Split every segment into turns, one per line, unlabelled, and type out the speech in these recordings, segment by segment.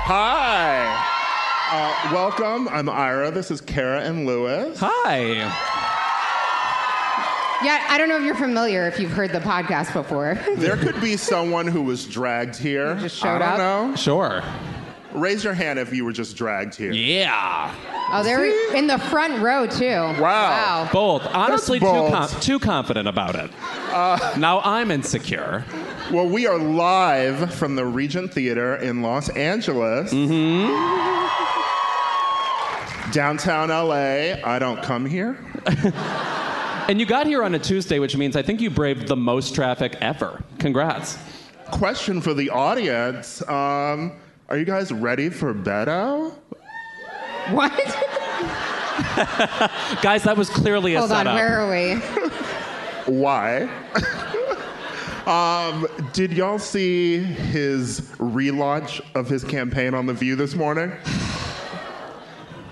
Hi. Uh, welcome. I'm Ira. This is Kara and Lewis.
Hi.
Yeah, I don't know if you're familiar, if you've heard the podcast before.
There could be someone who was dragged here.
just showed
I
up?
don't
Sure.
know. Raise your hand if you were just dragged here.
Yeah.
Oh, they're in the front row too.
Wow.
Wow.
Bold. Honestly,
bold. Uh.
Too, com- too confident about it. now I'm insecure.
Well, we are live from the Regent Theater in Los Angeles. Downtown LA. I don't come here.
And you got here on a Tuesday, which means I think you braved the most traffic ever. Congrats.
Question for the audience um, Are you guys ready for Beto?
What?
Guys, that was clearly a
Hold on,
setup.
where are we?
Why? um, did y'all see his relaunch of his campaign on The View this morning?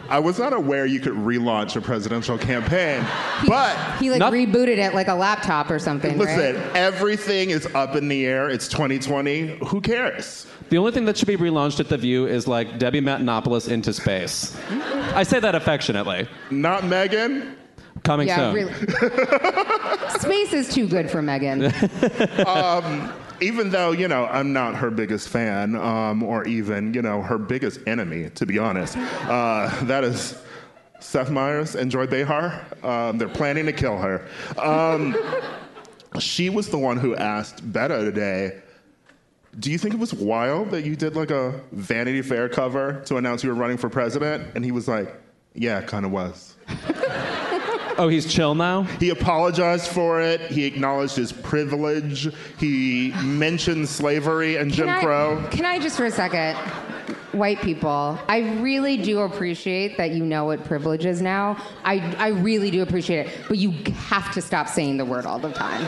I was not aware you could relaunch a presidential campaign, but
He like
Not-
rebooted it like a laptop or something.
listen,
right?
everything is up in the air. It's 2020. Who cares?
The only thing that should be relaunched at The View is like Debbie Matenopoulos into space. I say that affectionately.
Not Megan.
Coming
Yeah,
soon.
really. Space is too good for Megan.
Even though, you know, I'm not her biggest fan um, or even, you know, her biggest enemy, to be honest. Uh, that is Seth Meyers and Joy Behar. Um, they're planning to kill her. Um, she was the one who asked Betta today, Do you think it was wild that you did like a Vanity Fair cover to announce you were running for president? And he was like, Yeah, it kind of was.
Oh, he's chill now?
He apologized for it. He acknowledged his privilege. He mentioned slavery and Jim
Can I-
Crow.
Can I just for a second? White people, I really do appreciate that you know what privilege is now. I, I really do appreciate it. But you have to stop saying the word all the time.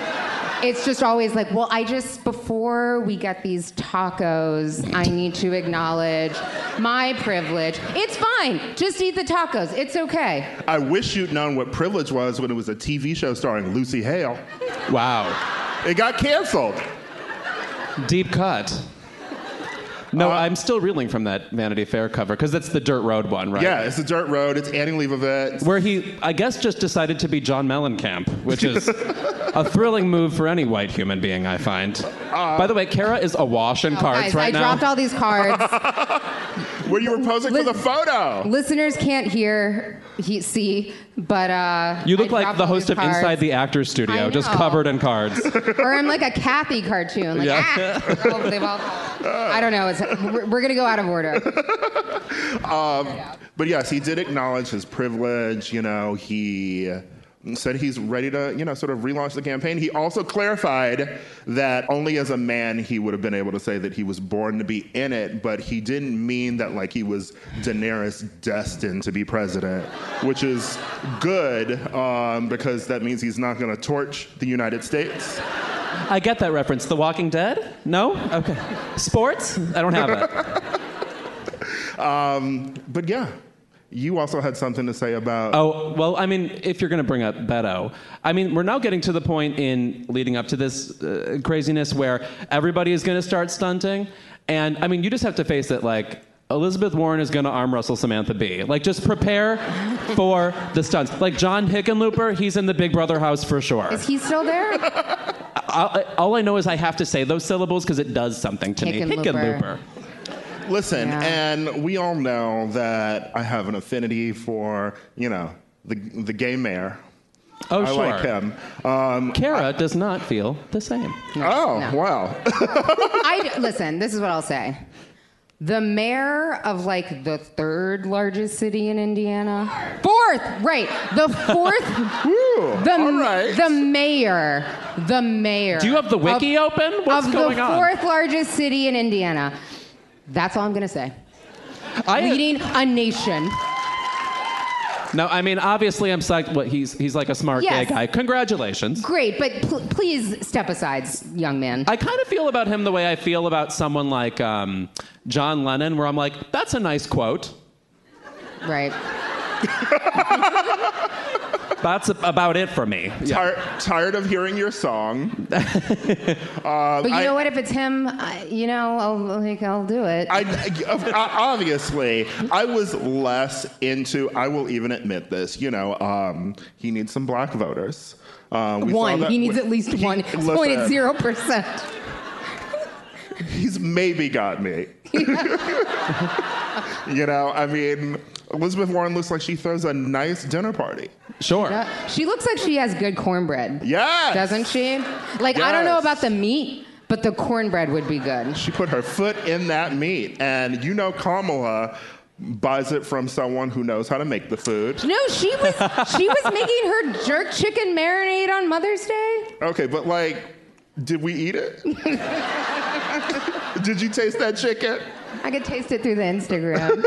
It's just always like, well, I just, before we get these tacos, I need to acknowledge my privilege. It's fine. Just eat the tacos. It's okay.
I wish you'd known what privilege was when it was a TV show starring Lucy Hale.
Wow.
It got canceled.
Deep cut. No,
Uh,
I'm still reeling from that Vanity Fair cover because that's the Dirt Road one, right?
Yeah, it's a dirt road. It's Annie Leibovitz.
Where he, I guess, just decided to be John Mellencamp, which is a thrilling move for any white human being, I find. By the way, Kara is awash in cards
Oh, Guys,
right
I
now.
dropped all these cards.
Where you were posing for the photo.
Listeners can't hear, he, see, but uh,
you look
I
like
dropped
the
all
host
these
of Inside
cards.
the Actors Studio,
I
just
know.
covered in cards.
or I'm like a Kathy cartoon. Like,
Yeah.
ah, they've all- they've all- I don't know. It's, we're, we're gonna go out of order.
But yes, he did acknowledge his privilege. You know, he said he's ready to, you know, sort of relaunch the campaign. He also clarified that only as a man he would have been able to say that he was born to be in it, but he didn't mean that like he was Daenerys destined to be president, which is good um, because that means he's not going to torch the United States.
I get that reference. The Walking Dead? No? Okay. Sports? I don't have it.
But yeah, you also had something to say about.
Oh, well, I mean, if you're going to bring up Beto, I mean, we're now getting to the point in leading up to this uh, craziness where everybody is going to start stunting. And I mean, you just have to face it like, Elizabeth Warren is going to arm wrestle Samantha Bee. Like, just prepare for the stunts. Like, John Hickenlooper, he's in the Big Brother house for sure.
Is he still there?
I, I- all I know is I have to say those syllables because it does something to me.
Hickenlooper.
Hickenlooper.
Listen,
Yeah.
and we all know that I have an affinity for, you know, the, the gay mayor.
Oh,
I
sure.
like him. Um,
Kara does not feel the same.
oh,
no.
wow.
I d- listen. This is what I'll say. The mayor of like the third largest city in Indiana, fourth, right? The fourth.
Ooh,
the
all right.
the mayor, the mayor.
Do you have the wiki
of,
open? What's
of
going
the
on?
fourth largest city in Indiana. That's all I'm gonna say.
I,
Leading a nation.
No, I mean obviously I'm psyched. What he's he's like a smart
Yes.
gay guy. Congratulations.
Great, but pl- please step aside, young man.
I kind of feel about him the way I feel about someone like um, John Lennon, where I'm like, that's a nice quote.
right.
That's a- about it for me. Yeah.
Tir- tired of hearing your song.
But you
I-
know what? If it's him, I, you know, I'll like I'll do it.
I, of- o- obviously, I was less into. I will even admit this. You know, um, he needs some black voters. Uh, we saw
one.
that
He needs
with-
at least
he-
one. It's pointed
listen,
zero percent.
He's maybe got me. you know, I mean, Elizabeth Warren looks like she throws a nice dinner party.
Sure.
Uh, She looks like she has good cornbread.
Yes.
Doesn't she? Like I don't know
Yes.
about the meat, but the cornbread would be good.
She put her foot in that meat, and you know, Kamala buys it from someone who knows how to make the food.
No, she was she was making her jerk chicken marinade on Mother's Day.
Okay, but like, did we eat it? did you taste that chicken?
I could taste it through the Instagram.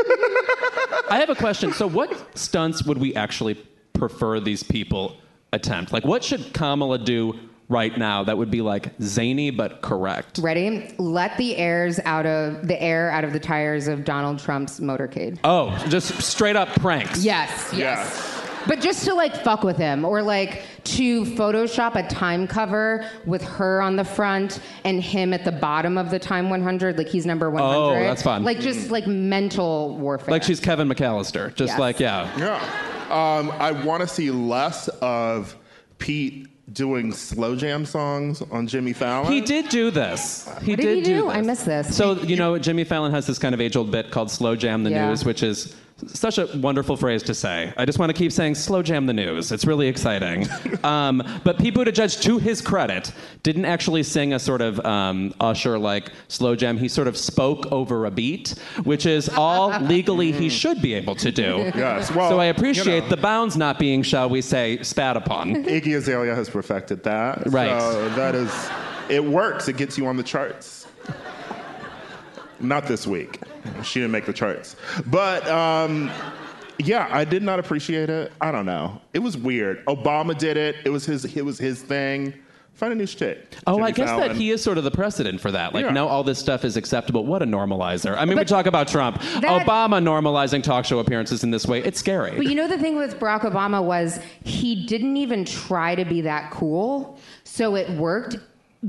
I have a question. So, what stunts would we actually prefer these people attempt? Like, what should Kamala do right now that would be like zany but correct?
Ready? Let the airs out of the air out of the tires of Donald Trump's motorcade.
Oh, just straight up pranks.
Yes, yes.
Yes.
But just to like fuck with him or like to Photoshop a time cover with her on the front and him at the bottom of the time 100, like he's number 100.
Oh, that's fun.
Like just like mental warfare.
Like she's Kevin McAllister. Just
Yes.
like, yeah.
Yeah. Um, I want to see less of Pete doing slow jam songs on Jimmy Fallon.
He did do this. He
What did he do? I missed this.
So, you know, Jimmy Fallon has this kind of age old bit called slow jam the
Yeah.
news, which is such a wonderful phrase to say. I just want to keep saying slow jam the news. It's really exciting. um, but Pete Buttigieg, to his credit, didn't actually sing a sort of um, usher like slow jam. He sort of spoke over a beat, which is all legally he should be able to do.
Mm. Yes, well,
so I
you
appreciate
know.
the bounds not being, shall we say, spat upon.
Iggy Azalea has perfected that.
Right.
So that is, it works. It gets you on the charts. Not this week. She didn't make the charts. But um, yeah, I did not appreciate it. I don't know. It was weird. Obama did it. It was his. It was his thing. Find a new shtick.
Oh,
Jimmy
I guess that
Fallon.
he is sort of the precedent for that. Like
Yeah.
now, all this stuff is acceptable. What a normalizer! I mean, we
But
talk about Trump,
that-
Obama normalizing talk show appearances in this way. It's scary.
But you know the thing with Barack Obama was he didn't even try to be that cool, so it worked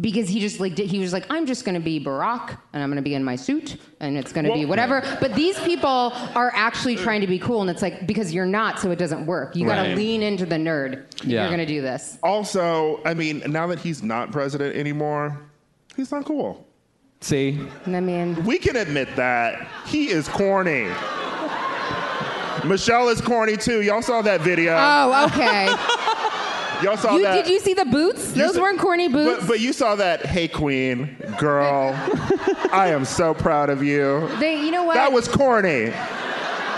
because he just like did, he was like I'm just going to be Barack and I'm going to be in my suit and it's going to be
Well-
whatever. But these people are actually trying to be cool and it's like because you're not, so it doesn't work. You got to
Right.
lean into the nerd. if
Yeah.
You're going to do this.
Also, I mean, now that he's not president anymore, he's not cool.
See,
And I mean,
We can admit that. He is corny. Michelle is corny too. Y'all saw that video.
oh, okay.
Y'all saw
you,
that.
did you see the boots?
You
Those
saw-
weren't corny boots.
But, but you saw that, hey queen, girl, I am so proud of you.
they, you know what?
That was corny.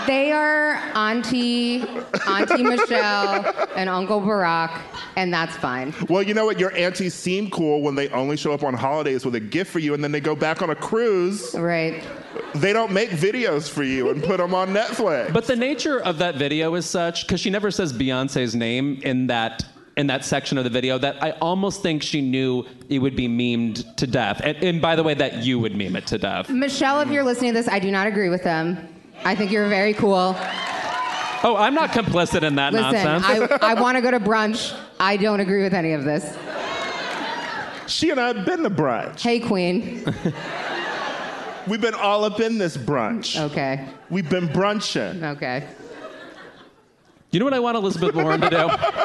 They are Auntie, Auntie Michelle, and Uncle Barack, and that's fine.
Well, you know what? Your aunties seem cool when they only show up on holidays with a gift for you and then they go back on a cruise.
Right.
They don't make videos for you and put them on Netflix.
but the nature of that video is such because she never says Beyonce's name in that in that section of the video that I almost think she knew it would be memed to death. And, and by the way, that you would meme it to death.
Michelle, if you're listening to this, I do not agree with them. I think you're very cool.
Oh, I'm not complicit in that
Listen,
nonsense.
I, I want to go to brunch. I don't agree with any of this.
she and I have been to brunch.
Hey, Queen.
We've been all up in this brunch.
Okay.
We've been brunching.
Okay.
You know what I want Elizabeth Warren to do?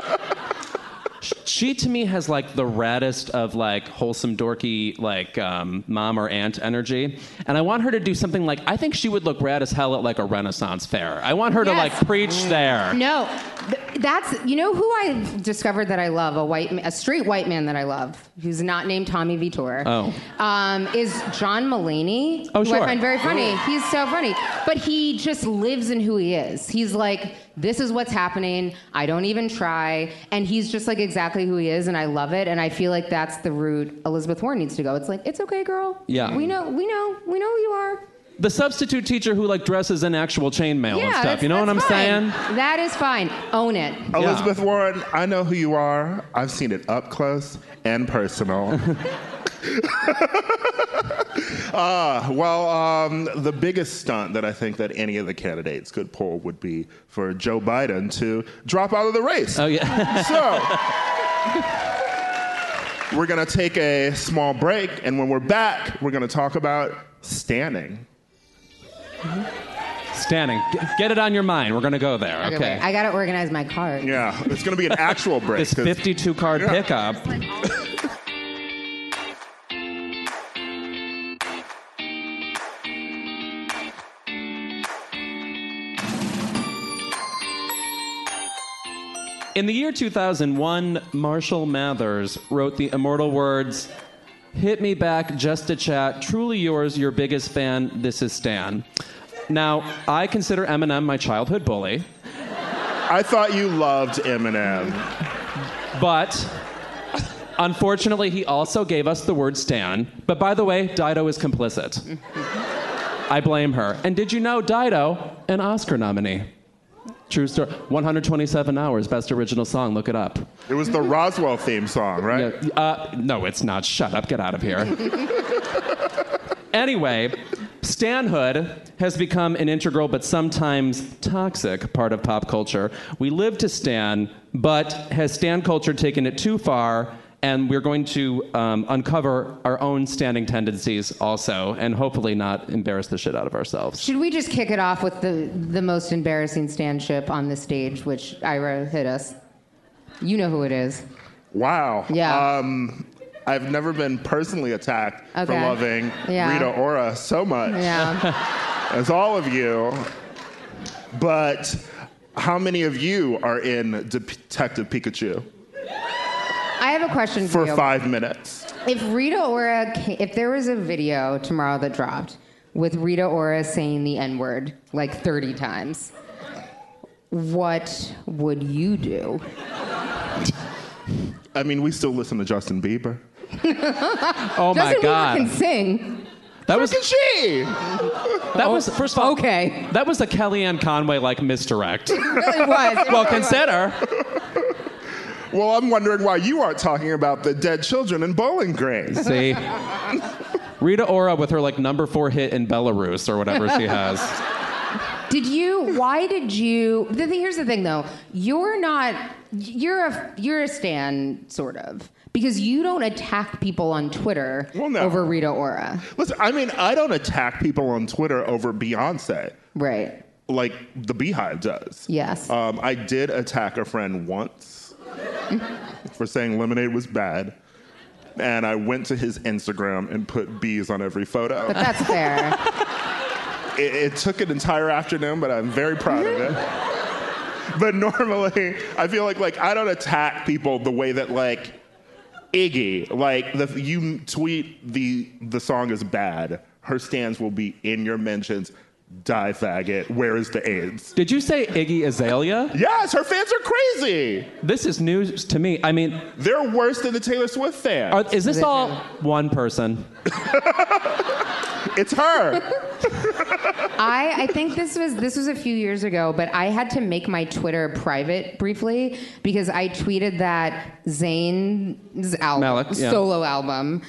She to me has like the raddest of like wholesome dorky like um, mom or aunt energy, and I want her to do something like I think she would look rad as hell at like a Renaissance fair. I want her to
Yes. Mm.
like preach there.
No. th- that's you know who I discovered that I love a white ma- a straight white man that I love who's not named Tommy Vitor.
Oh.
um, is John Mulaney.
Oh,
who
sure.
I find very funny. He's so funny, but he just lives in who he is. He's like, this is what's happening. I don't even try, and he's just like exactly who he is, and I love it. And I feel like that's the route Elizabeth Warren needs to go. It's like it's okay, girl.
Yeah.
we know, we know, we know who you are.
The substitute teacher who like dresses in actual chainmail and
Yeah,
stuff.
that's-
you know what I'm
that's
saying?
fine. That is fine. Own it.
Elizabeth Warren, I know who you are. I've seen it up close and personal. uh, well, um, the biggest stunt that I think that any of the candidates could pull would be for Joe Biden to drop out of the race.
Oh yeah.
So, we're going to take a small break, and when we're back, we're going to talk about standing.
Standing. G- Get it on your mind. We're gonna go there. Okay.
I gotta organize my card.
Yeah, it's going to be an actual break.
this
'cause-
52 card pickup. In the year 2001, Marshall Mathers wrote the immortal words Hit me back just to chat. Truly yours, your biggest fan. This is Stan. Now, I consider Eminem my childhood bully.
I thought you loved Eminem.
But unfortunately, he also gave us the word Stan. But by the way, Dido is complicit. I blame her. And did you know Dido, an Oscar nominee? True story. 127 hours, best original song. Look it up.
It was the Roswell theme song, right?
Yeah, uh, no, it's not. Shut up. Get out of here. anyway, Stanhood has become an integral but sometimes toxic part of pop culture. We live to Stan, but has Stan culture taken it too far? And we're going to um, uncover our own standing tendencies also, and hopefully not embarrass the shit out of ourselves.
Should we just kick it off with the, the most embarrassing stand ship on the stage, which Ira hit us? You know who it is.
Wow.
Yeah.
Um, I've never been personally attacked for
Okay.
loving
Yeah.
Rita Ora so much
Yeah.
as all of you, but how many of you are in Detective Pikachu
I have a question for,
for
you.
five minutes?
If Rita Ora, ca- if there was a video tomorrow that dropped with Rita Ora saying the N word like 30 times, what would you do?
I mean, we still listen to Justin Bieber.
Oh my
Doesn't
God.
can sing.
that was,
Look at she!
that was, first of all,
Oh, Okay.
that was a Kellyanne Conway like misdirect.
It really was. It
well,
really was.
consider.
Well, I'm wondering why you aren't talking about the dead children in Bowling Green.
See? Rita Ora with her like number four hit in Belarus or whatever she has.
Did you? Why did you? The thing, here's the thing, though. You're not. You're a. You're a stan, sort of, because you don't attack people on Twitter
Well, no.
over Rita Ora,
Listen, I mean, I don't attack people on Twitter over Beyonce.
right?
like the beehive does.
Yes.
Um, I did attack a friend once for saying lemonade was bad. And I went to his Instagram and put bees on every photo.
But that's fair.
It, it took an entire afternoon, but I'm very proud of it. But normally, I feel like like I don't attack people the way that like Iggy, like the, you tweet the the song is bad, her stands will be in your mentions. Die faggot, where is the AIDS?
Did you say Iggy Azalea?
Yes, her fans are crazy.
This is news to me. I mean,
They're worse than the Taylor Swift fans.
are, is this all one person?
it's her.
I, I think this was this was a few years ago, but I had to make my Twitter private briefly because I tweeted that Zayn's album
Malik, yeah.
solo album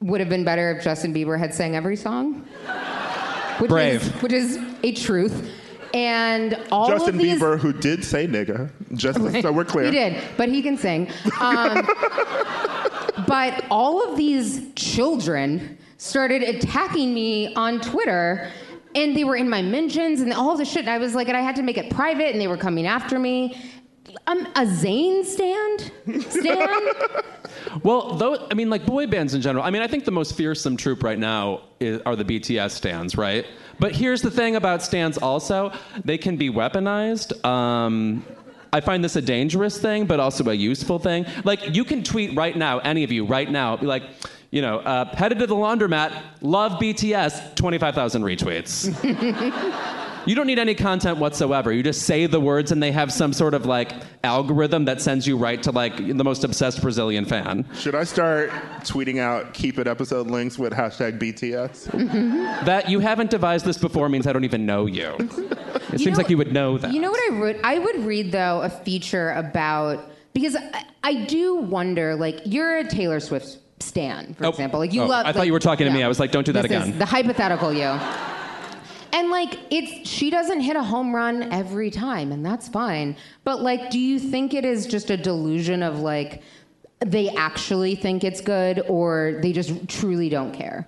would have been better if Justin Bieber had sang every song. Which
Brave.
is which is a truth. And all
Justin
of these
Bieber, who did say nigga, just so we're clear.
He did, but he can sing. Um, but all of these children started attacking me on Twitter. And they were in my mentions and all this shit. And I was like, and I had to make it private, and they were coming after me. Um, a Zane stand? Stand?
Well, though, I mean, like boy bands in general. I mean, I think the most fearsome troupe right now is, are the BTS stands, right? But here's the thing about stands also they can be weaponized. Um, I find this a dangerous thing, but also a useful thing. Like, you can tweet right now, any of you right now, be like, you know, uh, headed to the laundromat, love BTS, 25,000 retweets. you don't need any content whatsoever. You just say the words, and they have some sort of like algorithm that sends you right to like the most obsessed Brazilian fan.
Should I start tweeting out Keep It episode links with hashtag BTS?
That you haven't devised this before means I don't even know you. It
You
seems
know-
like you would know that.
You know what I would I would read though a feature about because I, I do wonder like you're a Taylor Swift stan for
Oh.
example like you
Oh,
love
I thought
like-
you were talking to me.
yeah.
I was like, don't do that
This is
again.
the hypothetical you and like it's she doesn't hit a home run every time and that's fine but like do you think it is just a delusion of like they actually think it's good or they just truly don't care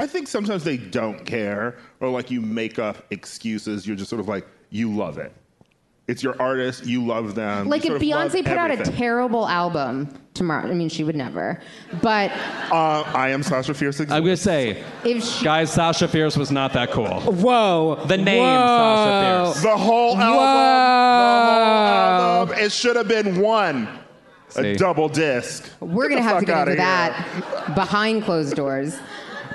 I think sometimes they don't care, or like you make up excuses. You're just sort of like, you love it. It's your artist, you love them. you
like if
sort of love
Beyonce put out a
everything.
terrible album tomorrow, I mean she would never. But
Uh, I am Sasha Fierce.
I'm gonna say,
if she,
guys, Sasha Fierce was not that cool.
Whoa.
The name Sasha Fierce.
The whole album. The whole album. It should have been one.
See.
A double disc.
We're
Get
gonna
the
have
fuck
to get
outta
into
here.
that behind closed doors.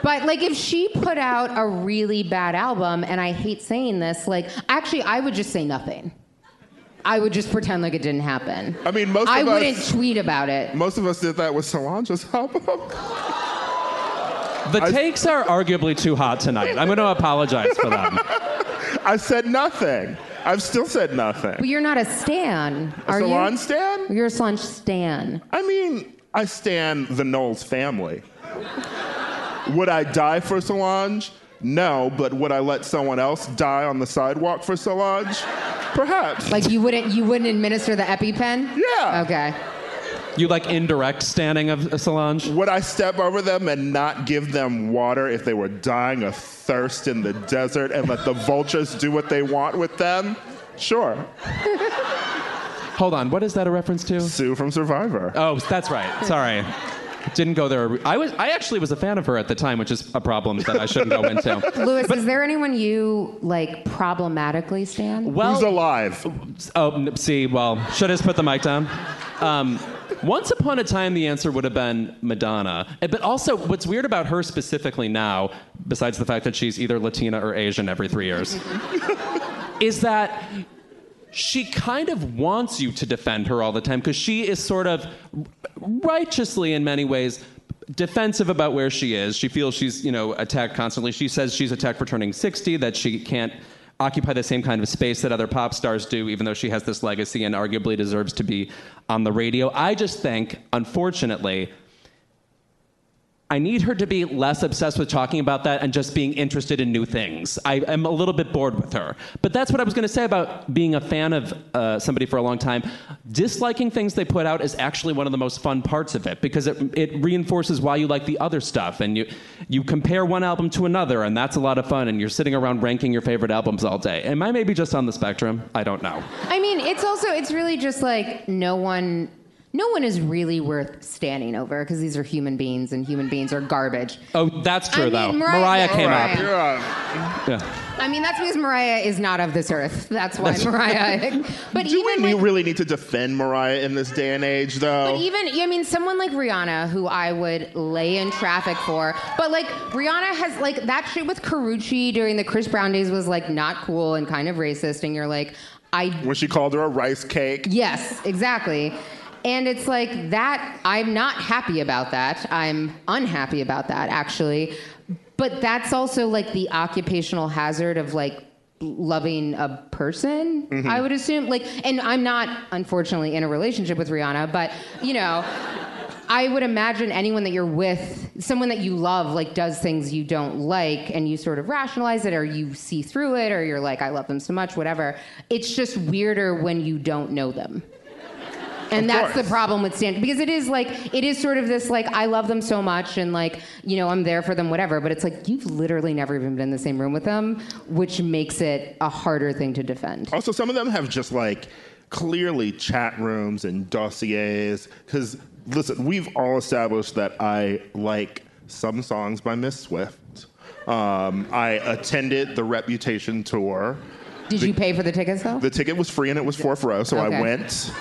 But like, if she put out a really bad album, and I hate saying this, like, actually, I would just say nothing. I would just pretend like it didn't happen.
I mean, most
I
of us-
wouldn't tweet about it.
Most of us did that with Solange's album.
The
I-
takes are arguably too hot tonight. I'm gonna apologize for them.
I said nothing. I've still said
But
nothing.
you're not a stan, are
Solange
you?
stan?
You're a Solange stan.
I mean, I stan the Knowles family. would I die for Solange? No, but would I let someone else die on the sidewalk for Solange? Perhaps.
Like you wouldn't you wouldn't administer the EpiPen?
Yeah.
Okay.
You like indirect standing of Solange?
Would I step over them and not give them water if they were dying of thirst in the desert and let the vultures do what they want with them? Sure.
Hold on, what is that a reference to?
Sue from Survivor.
Oh, that's right. Sorry. Didn't go there. I was I actually was a fan of her at the time, which is a problem that I shouldn't go into.
Lewis, is there anyone you like problematically stan?
Well,
Who's alive?
Oh, n- see, well, should I just put the mic down? Um, once upon a time, the answer would have been Madonna. Eh, But also, what's weird about her specifically now, besides the fact that she's either Latina or Asian every three years, is that she kind of wants you to defend her all the time because she is sort of righteously, in many ways, defensive about where she is. She feels she's, you know, attacked constantly. She says she's attacked for turning 60, that she can't occupy the same kind of space that other pop stars do, even though she has this legacy and arguably deserves to be on the radio. I just think, unfortunately, I need her to be less obsessed with talking about that and just being interested in new things. I am a little bit bored with her. But that's what I was going to say about being a fan of uh, somebody for a long time. Disliking things they put out is actually one of the most fun parts of it because it, it reinforces why you like the other stuff. And you, you compare one album to another, and that's a lot of fun. And you're sitting around ranking your favorite albums all day. Am I maybe just on the spectrum? I don't know.
I mean, it's also it's really just like no one no one is really worth standing over because these are human beings and human beings are garbage.
Oh, that's true,
I mean,
though.
Mariah-
came
Mariah.
up.
You're a-
Yeah.
I mean, that's because Mariah is not of this earth. That's why Mariah. but
do
even
we
with-
really need to defend Mariah in this day and age, though?
But e-, even, I mean, someone like Rihanna, who I would lay in traffic for, but like Rihanna has like that shit with Carucci during the Chris Brown days was like not cool and kind of racist, and you're like, I
when she called her a rice cake.
yes, exactly. And it's like that. I'm not happy about that. I'm unhappy about that actually. But that's also like the occupational hazard of like loving a person i would assume like and i'm not unfortunately in a relationship with rihanna but you know I would imagine anyone that you're with, someone that you love, like does things you don't like, and you sort of rationalize it, or you see through it, or you're like, I love them so much, whatever. It's just weirder when you don't know them. And
Of
that's the
course.
problem with stand because it is like it is sort of this like I love them so much and like you know I'm there for them whatever but it's like you've literally never even been in the same room with them which makes it a harder thing to defend.
Also, some of them have just like clearly chat rooms and dossiers. Because listen, we've all established that I like some songs by Miss Swift. Um, I attended the Reputation tour.
Did you pay for the tickets though?
The ticket was free and it was fourth row, so I
Okay.
went.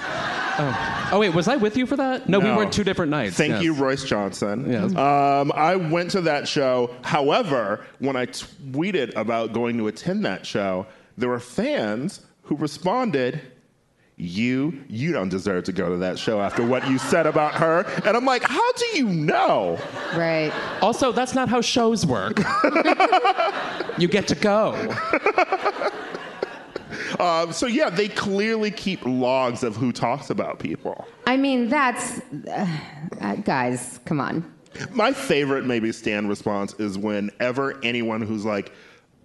Oh wait, was I with you for that? No, we
No.
were two different nights.
Oh. Thank
Yes.
you, Royce Johnson.
Yes.
Um, I went to that show. However, when I tweeted about going to attend that show, there were fans who responded, "You, you don't deserve to go to that show after what you said about her." And I'm like, "How do you know?"
right.
Also, that's not how shows work. you get to go.
Um, so yeah, they clearly keep logs of who talks about people.
I mean, that's uh, uh, guys. Come on.
My favorite, maybe, Stan response is whenever anyone who's like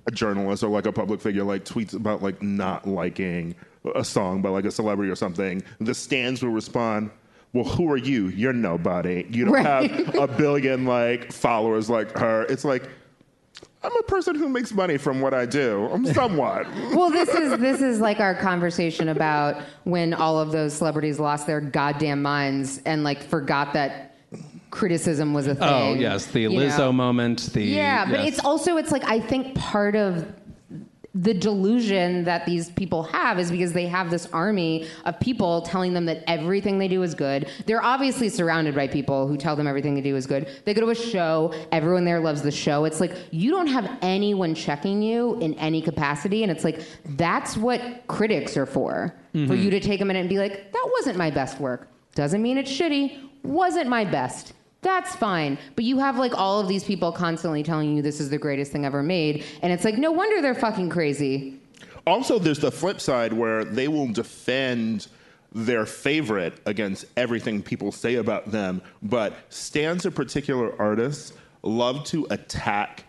a journalist or like a public figure like tweets about like not liking a song by like a celebrity or something, the Stans will respond, "Well, who are you? You're nobody. You don't
Right.
have a billion like followers like her." It's like. I'm a person who makes money from what I do. I'm somewhat.
Well, this is this is like our conversation about when all of those celebrities lost their goddamn minds and like forgot that criticism was a thing.
Oh yes, the
you
Lizzo
know?
moment. The
Yeah, but
yes.
it's also it's like I think part of the delusion that these people have is because they have this army of people telling them that everything they do is good. They're obviously surrounded by people who tell them everything they do is good. They go to a show, everyone there loves the show. It's like you don't have anyone checking you in any capacity and it's like that's what critics are for. For you to take a minute and be like that wasn't my best work. Doesn't mean it's shitty. Wasn't my best. That's fine. But you have like all of these people constantly telling you this is the greatest thing ever made. And it's like, no wonder they're fucking crazy.
Also, there's the flip side where they will defend their favorite against everything people say about them, but stands of particular artists love to attack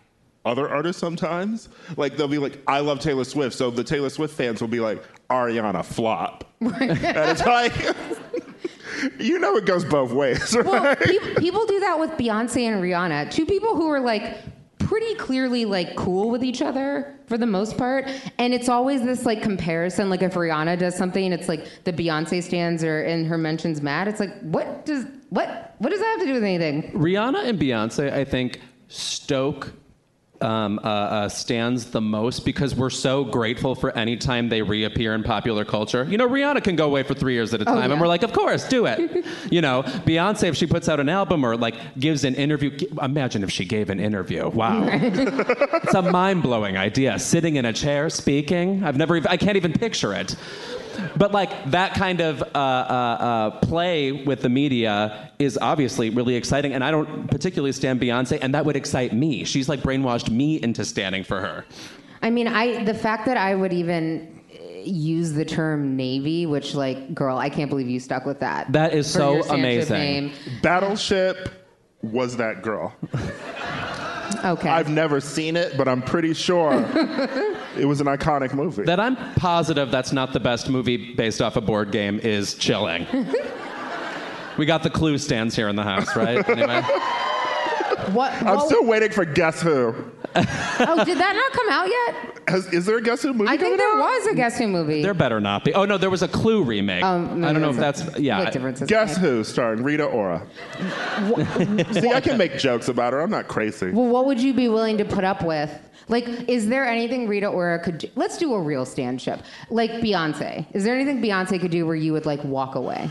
other artists sometimes. Like they'll be like, I love Taylor Swift, so the Taylor Swift fans will be like, Ariana flop. and it's like you know it goes both ways, right?
Well, pe- people do that with Beyonce and Rihanna, two people who are like pretty clearly like cool with each other for the most part. And it's always this like comparison. Like if Rihanna does something, it's like the Beyonce stands or in her mentions mad. It's like, what does what what does that have to do with anything?
Rihanna and Beyonce, I think, stoke um, uh, uh, stands the most because we're so grateful for any time they reappear in popular culture. You know, Rihanna can go away for three years at a time,
yeah.
and we're like, of course, do it. you know, Beyonce, if she puts out an album or like gives an interview, g- imagine if she gave an interview. Wow, it's a mind blowing idea. Sitting in a chair, speaking. I've never, even, I can't even picture it. But like that kind of uh, uh, uh, play with the media is obviously really exciting, and I don't particularly stand Beyonce, and that would excite me. She's like brainwashed me into standing for her.
I mean, I the fact that I would even uh, use the term navy, which like, girl, I can't believe you stuck with that.
That is
for
so
your stand-up
amazing.
Name.
Battleship was that girl.
Okay.
I've never seen it, but I'm pretty sure it was an iconic movie.
That I'm positive that's not the best movie based off a board game is chilling. we got the clue stands here in the house, right? Anyway.
what?
I'm
what-
still waiting for Guess Who.
oh, did that not come out yet?
Has, is there a Guess Who movie
I
coming
think there
out?
was a Guess Who movie.
there better not be. Oh no, there was a clue remake.
Um,
I don't know if
maybe
that's yeah.
What difference does it
Guess
make?
Who, starring Rita Ora. See, I can make jokes about her. I'm not crazy.
Well, what would you be willing to put up with? Like, is there anything Rita Ora could do? Let's do a real stand ship. Like Beyonce. Is there anything Beyonce could do where you would like walk away?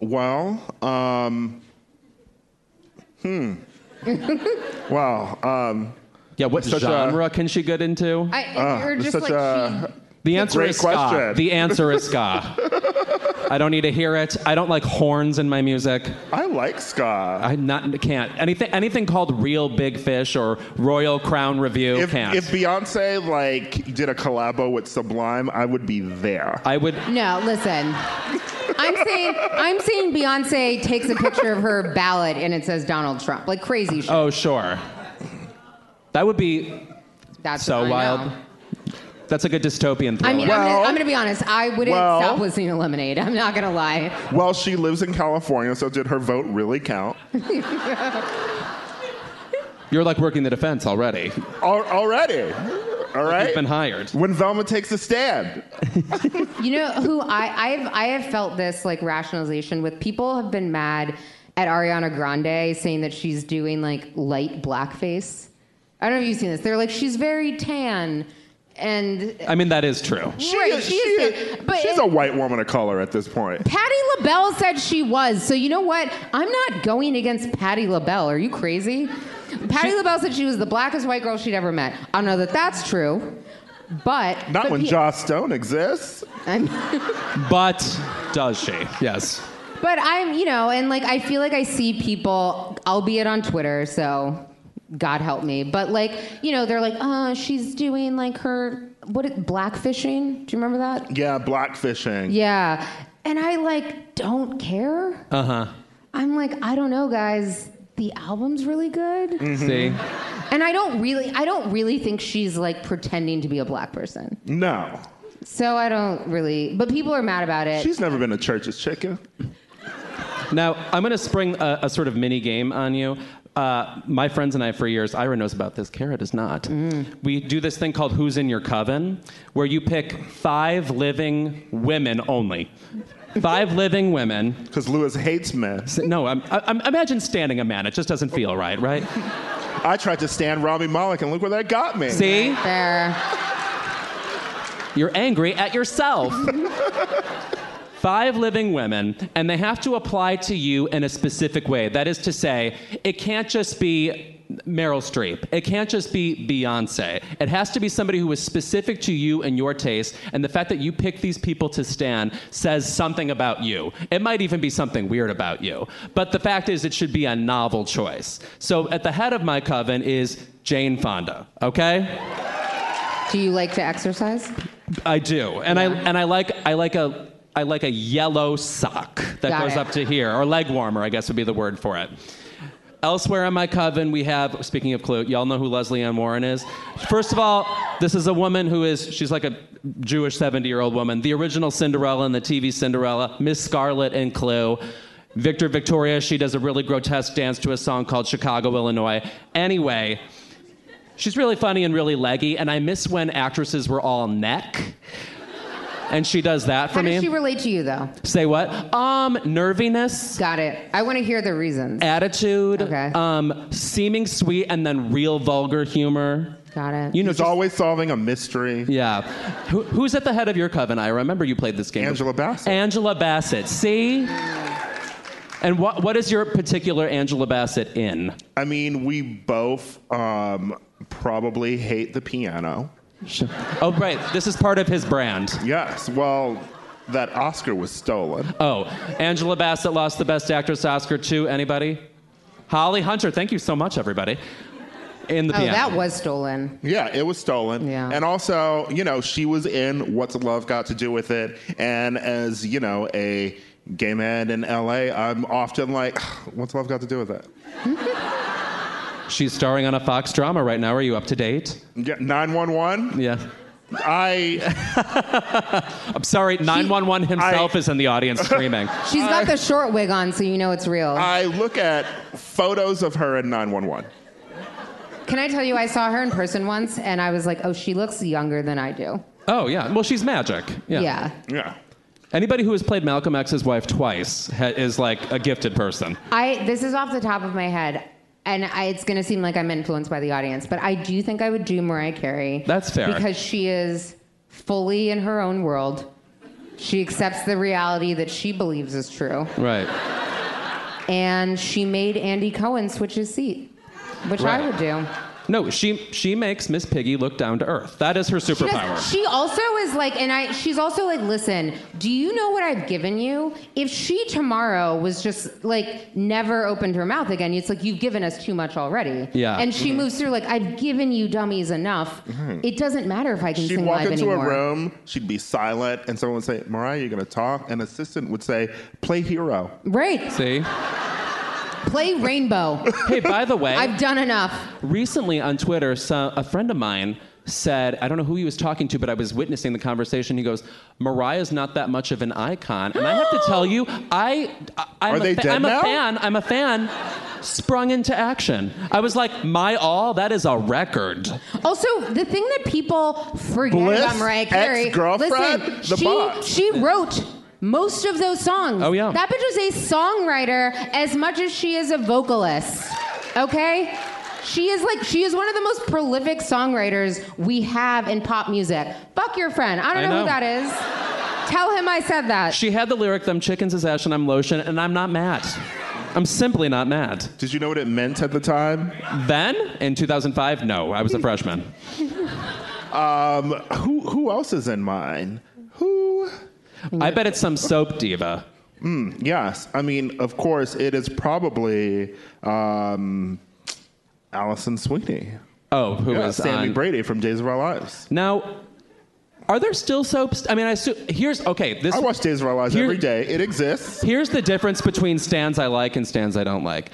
Well, um, hmm. well, um,
Yeah, what
Such a-
genre can she get into?
I,
Ah,
or just
such
like
a-
she,
The answer
Great
is ska.
question.
The answer is ska. I don't need to hear it. I don't like horns in my music.
I like ska.
I not can't anything anything called real big fish or Royal Crown Review
if,
can't.
if Beyonce like did a collabo with Sublime, I would be there.
I would.
No, listen. I'm saying I'm saying Beyonce takes a picture of her ballot and it says Donald Trump. Like crazy shit.
Oh sure. That would be
That's
so
what I
wild.
know.
That's a good dystopian thriller.
I mean, I'm,
Well-
gonna, I'm gonna be honest. I wouldn't
Well-
stop listening to Lemonade. I'm not gonna lie.
well, she lives in California, so did her vote really count?
You're like working the defense already.
Al- already, all right.
You've been hired.
When Velma takes a stand,
You know who I I've I have felt this like rationalization with people have been mad at Ariana Grande saying that she's doing like light blackface. I don't know if you've seen this. They're like she's very tan. and
I mean, that is true.
right,
is-
she is
is-
good, but
she's
it-
a white woman of color at this point.
Patty LaBelle said she was. So you know what? I'm not going against Patty LaBelle. Are you crazy? Patty LaBelle said she was the blackest white girl she'd ever met. I don't know that that's true, but
Not
but
when
pe-
Joss Stone exists.
I'm-
But does she? Yes.
but I'm, you know, and like I feel like I see people, albeit on Twitter, so God help me. But like, you know, they're like, uh, she's doing like her what it blackfishing. Do you remember that?
Yeah, blackfishing.
Yeah. And I like don't care.
Uh huh.
I'm like, I don't know, guys. The album's really good.
Mm-hmm.
See?
And I don't really I don't really think she's like pretending to be a black person.
No.
So I don't really but people are mad about it.
She's never been to church's chicken.
Now, I'm going to spring a, a sort of mini game on you. Uh, my friends and I, for years, Ira knows about this, Kara does not. We do this thing called Who's in Your Coven, where you pick five living women only. Five living women.
Because Lewis hates men.
So- No, I'm, I, I'm, imagine standing a man. It just doesn't feel right, right?
I tried to stand Rami Malek, and look where that got me.
See?
there.
You're angry at yourself. Five living women, and they have to apply to you in a specific way. That is to say, it can't just be Meryl Streep. It can't just be Beyonce. It has to be somebody who is specific to you and your taste. And the fact that you pick these people to stand says something about you. It might even be something weird about you. But the fact is, it should be a novel choice. So at the head of my coven is Jane Fonda, okay?
Do you like to exercise?
I do, and I and I like I like a I like a yellow sock that
Got
goes
it.
up to here, or leg warmer, I guess would be the word for it. Elsewhere in my coven, we have, speaking of Clute, y'all know who Leslie Ann Warren is. First of all, this is a woman who is, she's like a Jewish 70 year old woman, the original Cinderella and the TV Cinderella, Miss Scarlet and Clue. Victor Victoria, she does a really grotesque dance to a song called Chicago, Illinois. Anyway, She's really funny and really leggy, and I miss when actresses were all neck. And she does that for
How
me.
does she relate to you though?
Say what? Um, nerviness,
Got it. I want to hear the reasons.
attitude,
Okay.
um, seeming sweet, and then real vulgar humor.
Got it.
You know,
He's
just-
always solving a mystery.
yeah. Who, who's at the head of your coven? I remember you played this game.
Angela Bassett.
Angela Bassett. See. And what what is your particular Angela Bassett in?
I mean, we both um, probably hate the piano.
Oh, right. This is part of his brand.
Yes. Well, that Oscar was stolen.
Oh, Angela Bassett lost the Best Actress Oscar to anybody? Holly Hunter. Thank you so much, everybody. In the
oh,
piano.
that was stolen.
Yeah, it was stolen.
Yeah.
And also, you know, she was in What's Love Got to Do with It. And as, you know, a gay man in LA, I'm often like, What's Love Got to Do with It?
She's starring on a Fox drama right now. Are you up to date?
Yeah, 911.
Yeah.
I,
I'm sorry, 911 himself
I-
is in the audience screaming.
She's got the short wig on, so you know it's real.
Uh,
I look at photos of her in 911.
Can I tell you, I saw her in person once, and I was like, oh, she looks younger than I do.
Oh, yeah. Well, she's magic. Yeah.
yeah.
Yeah.
Anybody who has played Malcolm X's wife twice ha- is like a gifted person.
I this is off the top of my head, and I, it's going to seem like I'm influenced by the audience, but I do think I would do Mariah Carey.
That's fair.
because she is fully in her own world. She accepts the reality that she believes is true,
Right.
and she made Andy Cohen switch his seat, which
Right.
I would do.
No, she she makes Miss Piggy look down to earth. That is her
She, does-
superpower.
she also is like, and I. She's also like, listen. Do you know what I've given you? If she tomorrow was just like never opened her mouth again, it's like you've given us too much already.
Yeah. Mm-hmm.
And she moves through like, I've given you dummies enough. It doesn't matter if I can
She'd
sing
walk
live
into
anymore.
a room, she'd be silent, and someone would say, Mariah, you're going to talk. An assistant would say, Play hero.
Right.
See?
Play Rainbow.
Hey, by the way,
I've done enough.
recently on Twitter, so a friend of mine said, I don't know who he was talking to, but I was witnessing the conversation. He goes, Mariah's not that much of an icon. And I have to tell you, I, I I'm,
Are
a
they
fa-
dead
I'm a
now?
fan. I'm a fan. Sprung into action. I was like, my all? That is a record.
Also, the thing that people forget
Bliss,
about Mariah Carey.
ex-girlfriend,
listen,
the
she,
box.
she wrote most of those songs.
Oh, yeah.
That bitch is a songwriter as much as she is a vocalist. Okay? She is like she is one of the most prolific songwriters we have in pop music. Fuck your friend. I don't
I
know,
know.
who that is. Tell him I said that.
She had the lyric, them chickens is ash and I'm lotion, and I'm not mad. I'm simply not mad.
Did you know what it meant at the time?
Then, in 2005, no, I was a freshman.
Um, who who else is in mine? Who?
I bet it's some soap diva.
Yes, I mean, of course, it is probably um, Allison Sweeney,
Oh, who is
Yeah, Sammy
on-
Brady from Days of Our Lives.
Now, are there still soaps? I mean, I assume here's okay. This
I watch Days of Our Lives
Here-
every day. It exists.
Here's the difference between stands I like and stands I don't like.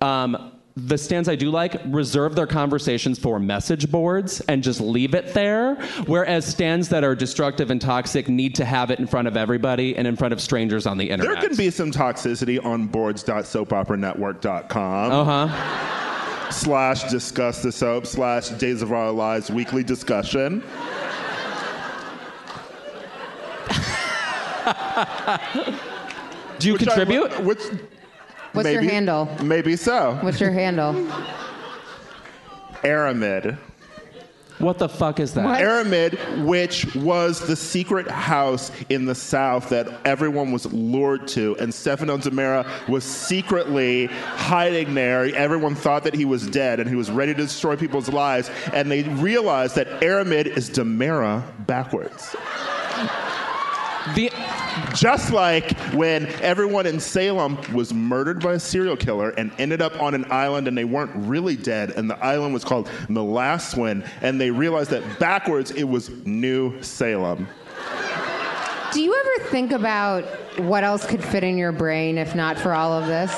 Um, the stands I do like reserve their conversations for message boards and just leave it there, whereas stands that are destructive and toxic need to have it in front of everybody and in front of strangers on the
There
internet.
can be some toxicity on boards.soapopera.network.com
Uh huh.
slash discuss the soap slash Days of Our Lives weekly discussion.
Do you
Which I-
contribute?
which
What's your
maybe-
handle?
Maybe so.
What's your handle?
Aramid.
what the fuck is that?
What?
Aramid, which was the secret house in the South that everyone was lured to, and Stefano Zamora was secretly hiding there. Everyone thought that he was dead and he was ready to destroy people's lives, and they realized that Aramid is Demera backwards.
The,
Just like when everyone in Salem was murdered by a serial killer and ended up on an island and they weren't really dead, and the island was called Melasswin, and they realized that backwards it was New Salem.
Do you ever think about what else could fit in your brain if not for all of this?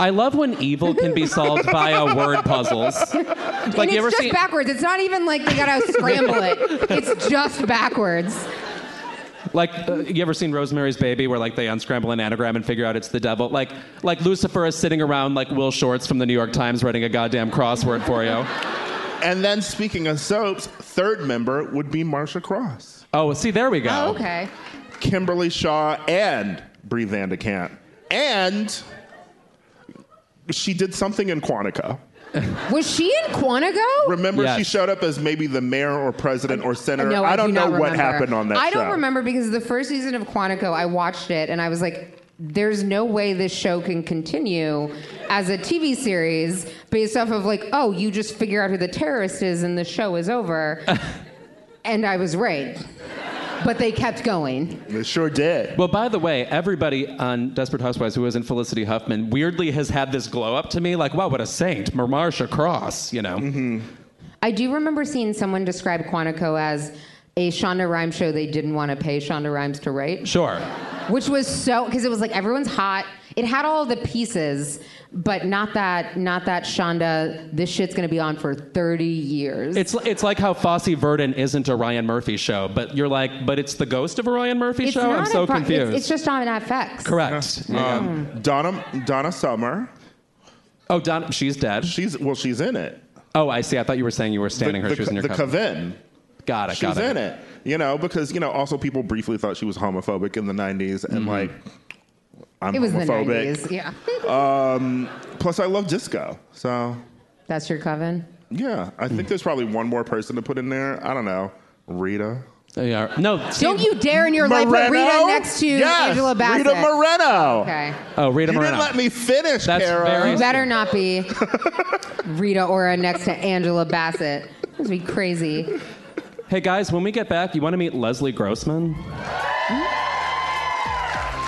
I love when evil can be solved via word puzzles. Like
and
you ever
it's just
seen?
backwards. It's not even like they gotta scramble it. It's just backwards.
Like uh, you ever seen Rosemary's Baby, where like they unscramble an anagram and figure out it's the devil? Like like Lucifer is sitting around like Will Shorts from the New York Times writing a goddamn crossword for you.
And then, speaking of soaps, third member would be Marsha Cross,
Oh, see, there we go.
Oh, okay.
Kimberly Shaw, and Brie Vandekamp. And she did something in Quantico.
Was she in Quantico?
Remember, she
Yes.
showed up as maybe the mayor or president or senator.
No,
I,
I,
don't
do
know
not
what
remember.
happened on that
I don't
show.
remember because the first season of Quantico, I watched it and I was like, there's no way this show can continue as a TV series based off of like, oh, you just figure out who the terrorist is and the show is over. and I was right. But they kept going.
They sure did.
Well, by the way, everybody on Desperate Housewives who isn't Felicity Huffman weirdly has had this glow up to me. Like, wow, what a saint, Marsha Cross. You know,
Mm-hmm. I do remember seeing someone describe Quantico as a Shonda Rhimes show they didn't want to pay Shonda Rhimes to write.
sure.
which was so because it was like everyone's hot. It had all the pieces, but not that not that Shonda. This shit's gonna be on for thirty years.
It's it's like how Fosse Verdon isn't a Ryan Murphy show, but you're like, but it's the ghost of a Ryan Murphy
It's
show. I'm
not
so
a pro- it's-
confused.
It's, just on FX.
correct.
Um, Donna Donna Summer,
Oh, Don, she's dead.
she's well, she's in it.
Oh, I see. I thought you were saying you were standing
the
her. She was in your
the
cover.
Coven.
Got it.
She's
got it.
in it. You know, because you know, also people briefly thought she was homophobic in the '90s,
Mm-hmm.
and like, I'm
It was the
homophobic.
nineties. Yeah,
Plus, I love disco, so
that's your coven.
yeah. I
Hmm.
think there's probably one more person to put in there. I don't know, Rita.
There you are. No. see-
Don't you dare in your life put Rita
Moreno?
next to
yes,
Angela Bassett.
Rita Moreno.
Okay,
Oh, Rita
You
Moreno.
didn't let me finish,
That's
Carol.
very-
you better not be Rita Ora next to Angela Bassett. This would be crazy.
Hey guys, when we get back, you want to meet Leslie Grossman?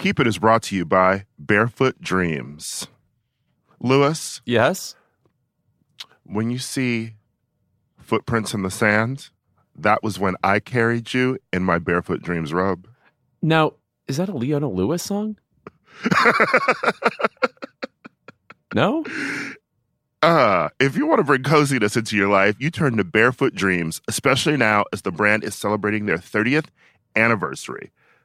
Keep It is brought to you by Barefoot Dreams. Lewis,
Yes?
when you see footprints in the sand, that was when I carried you in my Barefoot Dreams rub.
Now, is that a Leona Lewis song? no?
Uh, if you want to bring coziness into your life, you turn to Barefoot Dreams, especially now as the brand is celebrating their 30th anniversary.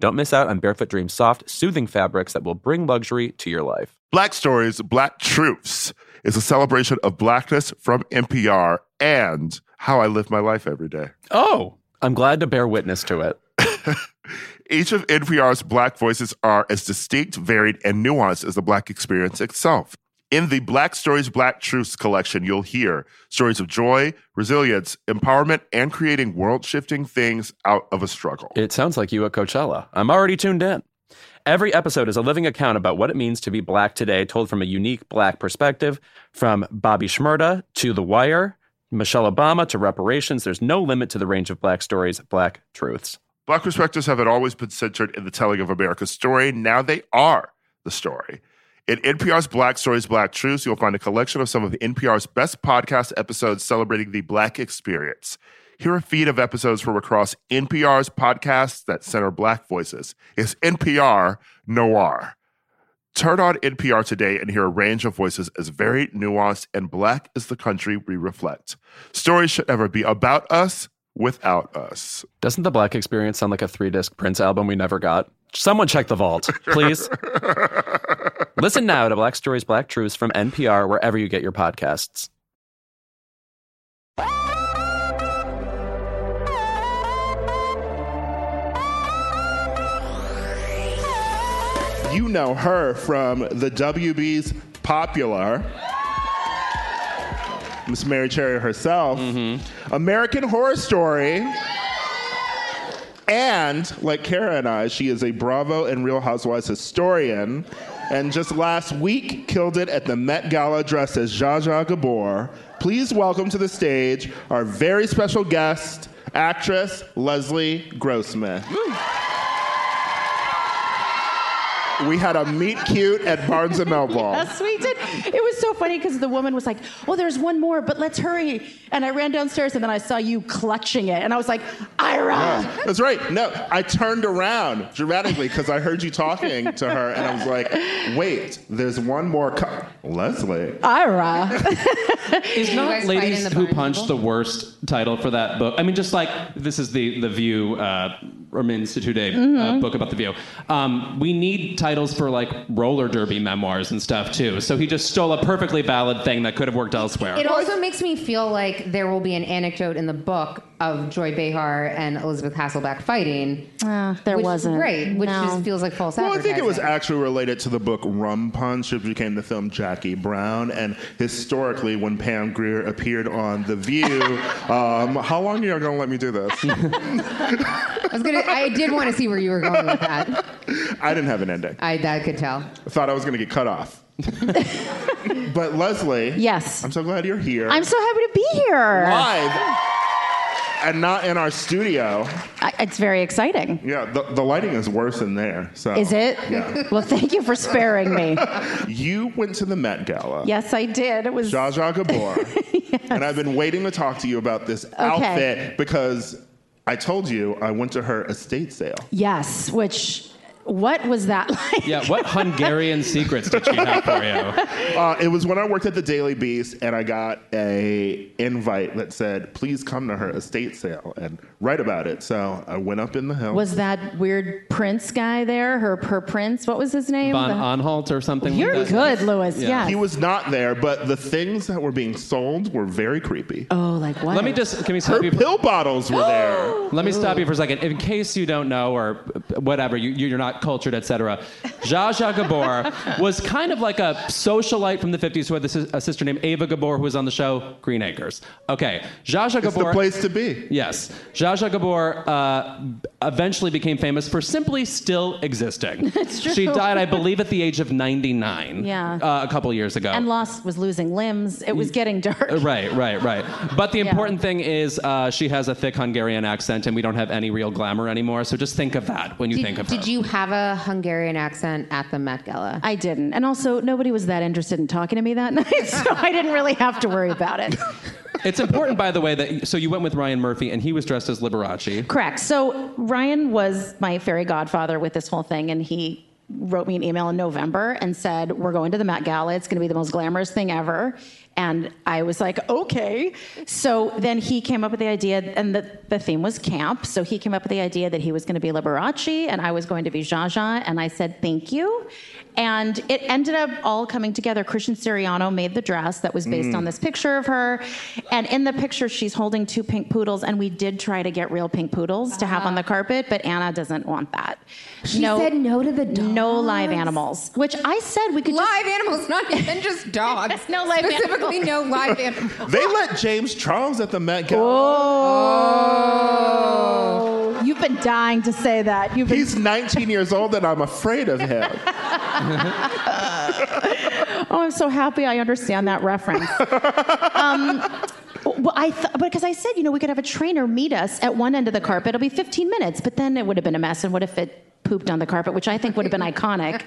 Don't miss out on Barefoot Dreams soft, soothing fabrics that will bring luxury to your life.
Black Stories, Black Truths is a celebration of blackness from NPR and how I live my life every day.
Oh, I'm glad to bear witness to it.
Each of NPR's Black voices are as distinct, varied, and nuanced as the Black experience itself. In the Black Stories, Black Truths collection, you'll hear stories of joy, resilience, empowerment, and creating world shifting things out of a struggle.
It sounds like you at Coachella. I'm already tuned in. Every episode is a living account about what it means to be black today, told from a unique black perspective. From Bobby Shmurda to The Wire, Michelle Obama to reparations, there's no limit to the range of black stories, black truths.
Black perspectives haven't always been centered in the telling of America's story. Now they are the story. In NPR's Black Stories, Black Truths, you'll find a collection of some of NPR's best podcast episodes celebrating the Black experience. Here are a feed of episodes from across NPR's podcasts that center Black voices. It's NPR Noir. Turn on NPR today and hear a range of voices as varied, nuanced, and Black is the country we reflect. Stories should never be about us without us.
Doesn't the black experience sound like a three disc Prince album we never got? Someone check the vault, please. Listen now to Black Stories, Black Truths from NPR, wherever you get your podcasts.
You know her from the WB's popular Miss Mary Cherry herself, American Horror Story. And like Kara and I, she is a Bravo and Real Housewives historian. And just last week, killed it at the Met Gala dressed as Zsa Zsa Gabor. Please welcome to the stage our very special guest, actress Leslie Grossman. We had a meet cute at Barnes and Noble.
Yes, we did. It was so funny because the woman was like, "Oh, there's one more, but let's hurry." And I ran downstairs, and then I saw you clutching it, and I was like, "Ira!"
Yeah, That's right. No, I turned around dramatically because I heard you talking to her, and I was like, "Wait, there's one more." Co- Leslie,
Ira.
Is not
guys fight in
Ladies
the
Who
Barnes
Punched
Noble?
the worst title for that book? I mean, just like this is the the View uh, from Institute A
Mm-hmm.
uh, book about the View. Um, we need titles for like roller derby memoirs and stuff too. So he just stole a perfectly valid thing that could have worked elsewhere.
It also makes me feel like there will be an anecdote in the book of Joy Behar and Elizabeth Hasselback fighting.
there
which
wasn't.
Is great, which
No.
just feels like false
Well, I think it was
advertising.
actually related to the book Rum Punch, which became the film Jackie Brown. And historically, when Pam Grier appeared on The View, um, how long are you going to let me do this?
I was gonna. I did want to see where you were going with that.
I didn't have an ending.
I that could tell.
I thought I was going to get cut off. but Leslie,
Yes.
I'm so glad you're here.
I'm so happy to be here.
live and not in our studio.
I- it's very exciting.
Yeah, the, the lighting is worse in there. So
Is it?
Oh. Yeah.
Well, thank you for sparing me.
You went to the Met Gala.
yes, I did. It was.
Zsa Zsa Gabor. And I've been waiting to talk to you about this outfit because I told you I went to her estate sale.
Yes, which What was that like?
Yeah, what Hungarian secrets did she have for you?
Uh, it was when I worked at the Daily Beast, and I got a invite that said, "Please come to her estate sale and write about it." So I went up in the hill.
Was that weird Prince guy there? Her, her Prince? What was his name?
Von
The-
Anhalt or something
You're
like that?
good, Lewis. Yeah.
he was not there, but the things that were being sold were very creepy.
oh, like what?
Let me just can we
Her
stop you?
pill bottles were there.
Let me stop you for a second. In case you don't know or whatever, you, you're not cultured, etc. Zsa Zsa Gabor was kind of like a socialite from the 50s who had this, a sister named Ava Gabor who was on the show Green Acres. Okay, Zsa Zsa
It's
Gabor.
the place to be.
Yes. Zsa Zsa Gabor uh, eventually became famous for simply still existing.
That's true.
She died, I believe, at the age of 99.
Yeah.
Uh, a couple years ago.
and lost was losing limbs. It was getting dark.
Uh, Right, right, right. But the
Yeah.
important thing is uh, she has a thick Hungarian accent, and we don't have any real glamour anymore. So just think of that when you
Did,
think of her.
did you have a Hungarian accent at the Met Gala?
I didn't. And also, nobody was that interested in talking to me that night, so I didn't really have to worry about it.
It's important, by the way, that so you went with Ryan Murphy, and he was dressed as Liberace.
Correct. So Ryan was my fairy godfather with this whole thing, and he wrote me an email in November and said, "We're going to the Met Gala. It's going to be the most glamorous thing ever." And I was like, "Okay." So then he came up with the idea, and the, the theme was camp. So he came up with the idea that he was going to be Liberace, and I was going to be Zsa Zsa, and I said, "Thank you." And it ended up all coming together. Christian Siriano made the dress that was based on this picture of her. And in the picture, she's holding two pink poodles. And we did try to get real pink poodles to have on the carpet, but Anna doesn't want that.
She said no to the
Uh-huh. No live
dogs.
animals, which I said we could just-
Live animals, not even just dogs.
No live
Specifically, no live animals.
They let James Charles at the Met Gala.
Oh. You've been dying to say that. You've been
He's 19 years old, and I'm afraid of him.
Oh, I'm so happy I understand that reference. um, well, I th- because I said, you know, we could have a trainer meet us at one end of the carpet. It'll be 15 minutes, but then it would have been a mess. And what if it pooped on the carpet, which I think would have been iconic.
That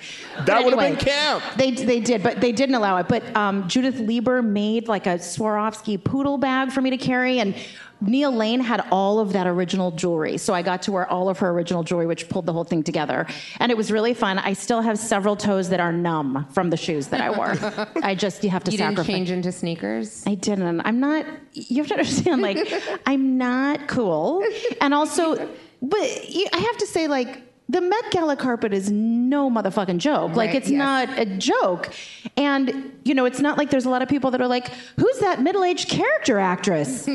But
would have
anyway,
been camp.
They, they did, but they didn't allow it. But um, Judith Lieber made like a Swarovski poodle bag for me to carry, and Neil Lane had all of that original jewelry. So I got to wear all of her original jewelry, which pulled the whole thing together. And it was really fun. I still have several toes that are numb from the shoes that I wore. I just, you have to
You didn't
sacrifice.
change into sneakers.
I didn't. I'm not. You have to understand. Like, I'm not cool, and also, but you, I have to say, like, the Met Gala carpet is no motherfucking joke. Like,
Right,
it's
yes.
not a joke, and you know, it's not like there's a lot of people that are like, "Who's that middle-aged character actress?"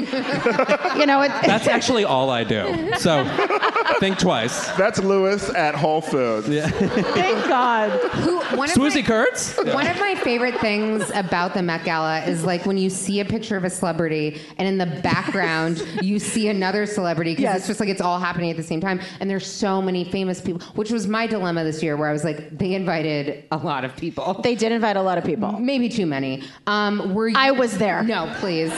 you know, it,
That's actually all I do. So think twice.
That's Lewis at Whole Foods.
thank God.
Who? One of
Swoozy
my-
Kurtz.
One of my favorite things about the Met Gala is like when you see a picture of a celebrity and in the background you see another celebrity because
Yes.
it's just like it's all happening at the same time. And there's so many famous people, which was my dilemma this year where I was like, they invited a lot of people.
They did invite a lot of people.
Maybe too many. Um, were you,
I was there.
No, please.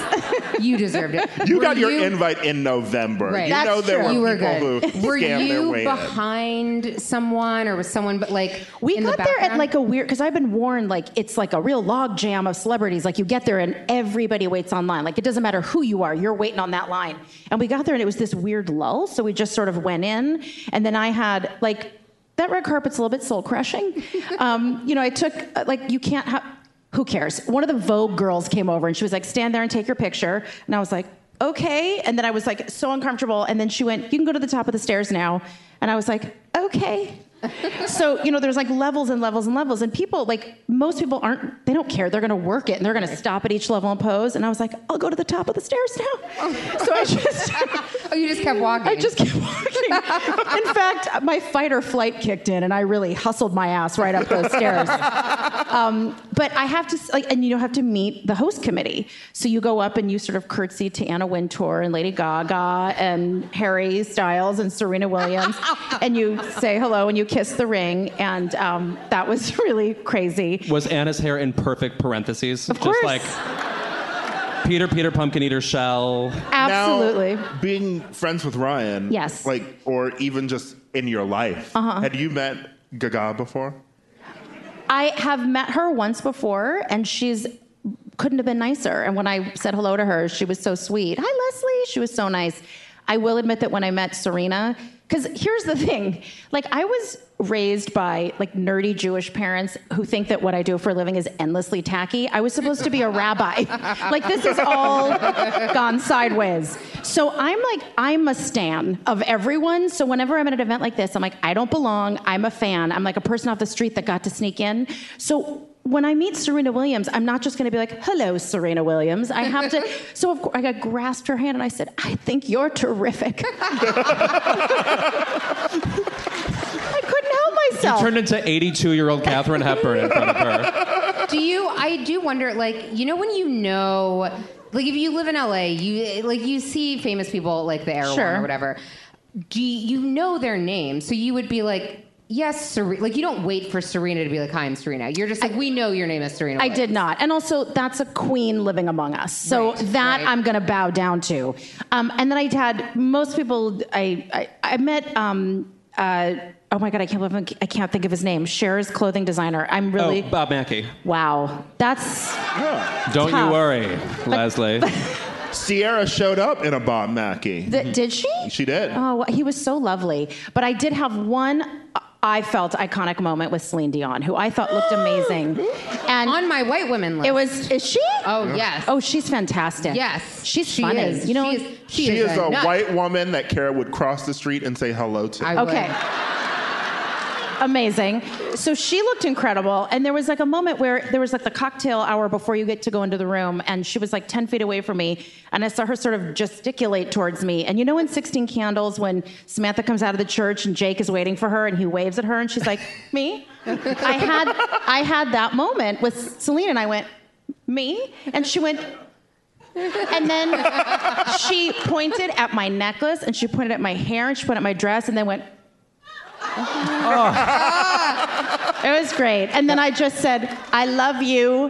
You deserved it.
You
Were
got your
you-
invite in November.
Right.
You
That's
know there
true.
were
You were
people
good.
who
Were
scammed their
you
way in.
behind someone or was someone but like
We
in the
got there at
background?
like a weird because I've been warned like it's like a real log jam of celebrities. Like you get there and everybody waits online. Like it doesn't matter who you are, you're waiting on that line. And we got there and it was this weird lull. So we just sort of went in, and then I had like that red carpet's a little bit soul crushing. um, you know, I took uh, like you can't have. Who cares? One of the Vogue girls came over and she was like, "Stand there and take your picture." And I was like, "Okay." And then I was like so uncomfortable. And then she went, "You can go to the top of the stairs now." And I was like, "Okay." so you know there's like levels and levels and levels and people like most people aren't they don't care they're going to work it and they're going to stop at each level and pose and i was like i'll go to the top of the stairs now so i just
Oh, you just kept walking.
i just kept walking in fact my fight or flight kicked in and i really hustled my ass right up those stairs Um, but I have to s- like, and you don't have to meet the host committee. So you go up and you sort of curtsy to Anna Wintour and Lady Gaga and Harry Styles and Serena Williams, and you say hello and you kiss the ring, and um, that was really crazy.
Was Anna's hair in perfect parentheses?
Of
just
course.
like Peter, Peter, Pumpkin Eater, Shell.
Absolutely.
Now, being friends with Ryan.
Yes.
Like, or even just in your life.
Uh-huh.
Had you met Gaga before?
I have met her once before, and she's couldn't have been nicer. And when I said hello to her, she was so sweet. Hi, Leslie. She was so nice. I will admit that when I met Serena, because here's the thing like, I was raised by like nerdy Jewish parents who think that what I do for a living is endlessly tacky. I was supposed to be a rabbi. like, this is all gone sideways. So I'm like, I'm a stan of everyone. So whenever I'm at an event like this, I'm like, I don't belong. I'm a fan. I'm like a person off the street that got to sneak in. So when I meet Serena Williams, I'm not just going to be like, "Hello, Serena Williams." I have to. so of course, I got grasped her hand and I said, "I think you're terrific." I couldn't help myself.
Turned into 82 year old Katherine Hepburn in front of her.
Do you? I do wonder, like, you know, when you know, like, if you live in LA, you like you see famous people like the Erewhon
Sure.
or whatever. Do you, you know their name? So you would be like, yes, Serena. Like, you don't wait for Serena to be like, hi, I'm Serena. You're just like, we know your name is Serena.
I
Williams."
did not. And also, that's a queen living among us. So
Right,
that
right.
I'm going to bow down to. Um, and then I had most people, I, I, I met, um, uh, oh my God, I can't, believe I can't think of his name. Cher's clothing designer. I'm
Oh,
really,
Bob Mackey.
wow. That's,
Don't
Tough.
you worry, Leslie.
Sierra showed up in a Bob Mackey.
Mm-hmm.
th- did she?
She did.
Oh, he was so lovely. But I did have one, uh, I felt iconic moment with Celine Dion, who I thought looked amazing. And
On my white women list.
it was, is she?
Oh yes.
Oh, she's fantastic.
yes.
She's
she
funny.
Is.
You know,
she is, she
she
is,
is a
nut.
white woman that Kara would cross the street and say hello to.
I would.
Okay. Amazing. So she looked incredible. And there was like a moment where there was like the cocktail hour before you get to go into the room. And she was like 10 feet away from me. And I saw her sort of gesticulate towards me. And you know, in 16 Candles, when Samantha comes out of the church and Jake is waiting for her and he waves at her and she's like, Me? I had, I had that moment with Celine and I went, Me? And she went, and then she pointed at my necklace and she pointed at my hair and she pointed at my dress and then went, "Oh." It was great. And then I just said, I love you.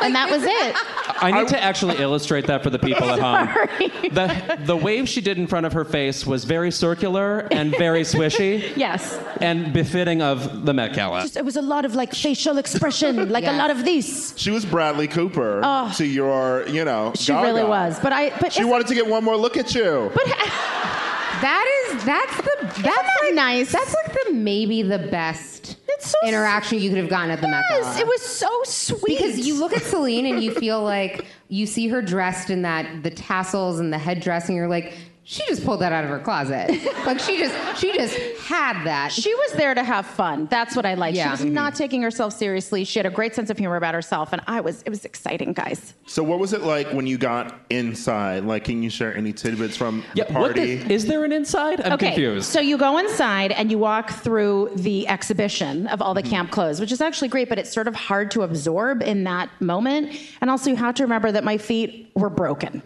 And that was it.
I need to actually illustrate that for the people at home. The, the wave she did in front of her face was very circular and very swishy
Yes.
and befitting of the Met Gala.
It was a lot of like facial expression, like
Yes.
a lot of this.
She was Bradley Cooper to your, you know.
Oh. She really
Gaga.
was. But I, but
She
it's-
wanted to get one more look at you.
but
That is that's the that's
that
like,
nice?
That's like the maybe the best
It's so s-
interaction you could have gotten at the Met
yes,
Gala.
it was so sweet.
because you look at Celine and you feel like you see her dressed in that the tassels and the headdress and you're like she just pulled that out of her closet. like she just she just had that.
She was there to have fun. That's what I liked. She
Yeah. Mm-hmm.
was not taking herself seriously. She had a great sense of humor about herself, and I was. It was exciting, guys.
So, what was it like when you got inside? Like, can you share any tidbits from the
what
party?
the- is there an inside? I'm
okay,
confused.
So you go inside and you walk through the exhibition of all the
Mm-hmm.
camp clothes, which is actually great, but it's sort of hard to absorb in that moment. And also, you have to remember that my feet were broken.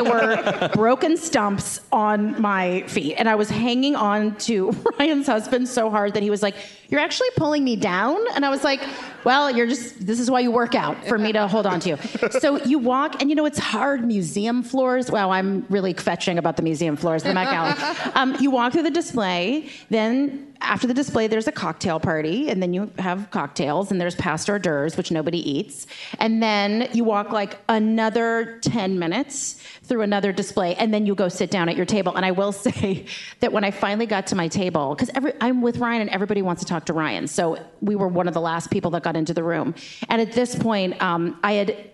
were broken stumps on my feet. And I was hanging on to Ryan's husband so hard that he was like, You're actually pulling me down? And I was like, Well, you're just, this is why you work out for me to hold on to you. So you walk, and you know, it's hard museum floors. Wow, I'm really fetching about the museum floors, the Met Gala. Um, you walk through the display, then after the display, there's a cocktail party, and then you have cocktails, and there's past hors d'oeuvres, which nobody eats. And then you walk like another 10 minutes through another display, and then you go sit down at your table. And I will say that when I finally got to my table, because I'm with Ryan, and everybody wants to talk to Ryan. So we were one of the last people that got into the room. And at this point, um, I had.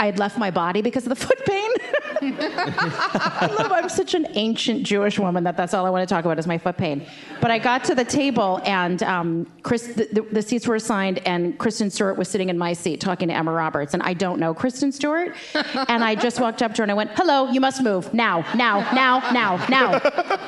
I had left my body because of the foot pain. I love, I'm such an ancient Jewish woman that that's all I want to talk about is my foot pain. But I got to the table and um, Chris, the, the, the seats were assigned and Kristen Stewart was sitting in my seat talking to Emma Roberts and I don't know Kristen Stewart. and I just walked up to her and I went, hello, you must move now, now, now, now, now,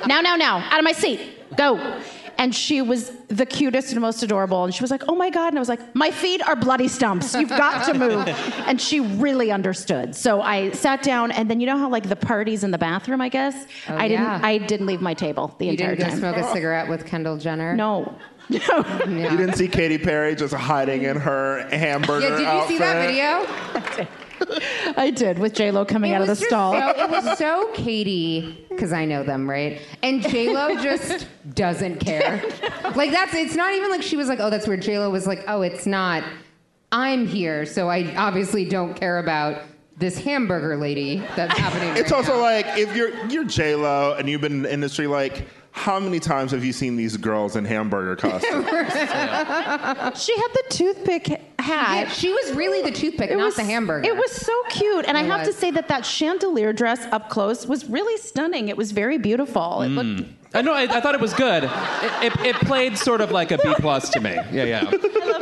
now, now, now, out of my seat, go. And she was the cutest and most adorable. And she was like, oh my God. And I was like, my feet are bloody stumps. You've got to move. and she really understood. So I sat down and then you know how like the party's in the bathroom, I guess? I didn't
Oh, yeah.
I didn't leave my table the
you
entire
didn't go
time.
smoke a cigarette with Kendall Jenner.
No.
You didn't see Katy Perry just hiding in her hamburger.
Yeah, did you see that
outfit?
video?
I did with J Lo coming
It
out of the
was just
stall.
So, it was so Katie, because I know them, right? And J Lo just doesn't care. Like that's it's not even like she was like, oh, that's where J Lo was like, oh, it's not. I'm here, so I obviously don't care about this hamburger lady that's happening.
It's
right
also
now.
like if you're you're J Lo and you've been in the industry, like how many times have you seen these girls in hamburger costumes?
She had the toothpick hat.
Yeah, she was really the toothpick, not the hamburger.
It was so cute, and I
It
have
was.
to say that that chandelier dress up close was really stunning. It was very beautiful. It looked
I know. Uh, I, I thought it was good. It, it, it played sort of like a B plus to me. Yeah, yeah.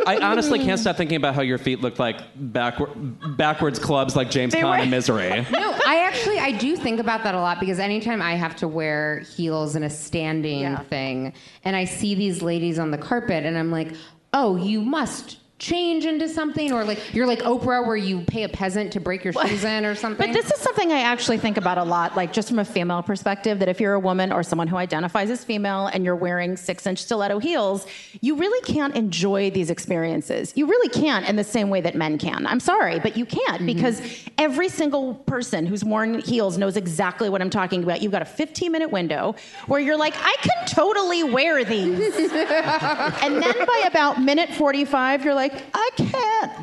I honestly can't stop thinking about how your feet looked like backward, backwards clubs like James
They
Caan
were-
in Misery.
no, I actually I do think about that a lot because anytime I have to wear heels in a standing
Yeah.
thing, and I see these ladies on the carpet, and I'm like, oh, you must change into something, or like you're like Oprah, where you pay a peasant to break your shoes in or something.
But this is something I actually think about a lot, like just from a female perspective, that if you're a woman or someone who identifies as female and you're wearing six inch stiletto heels, you really can't enjoy these experiences. You really can't in the same way that men can. I'm sorry, but you
Mm-hmm.
can't because every single person who's worn heels knows exactly what I'm talking about. You've got a 15 minute window where you're like, I can totally wear these. and then by about minute 45, you're like, I can't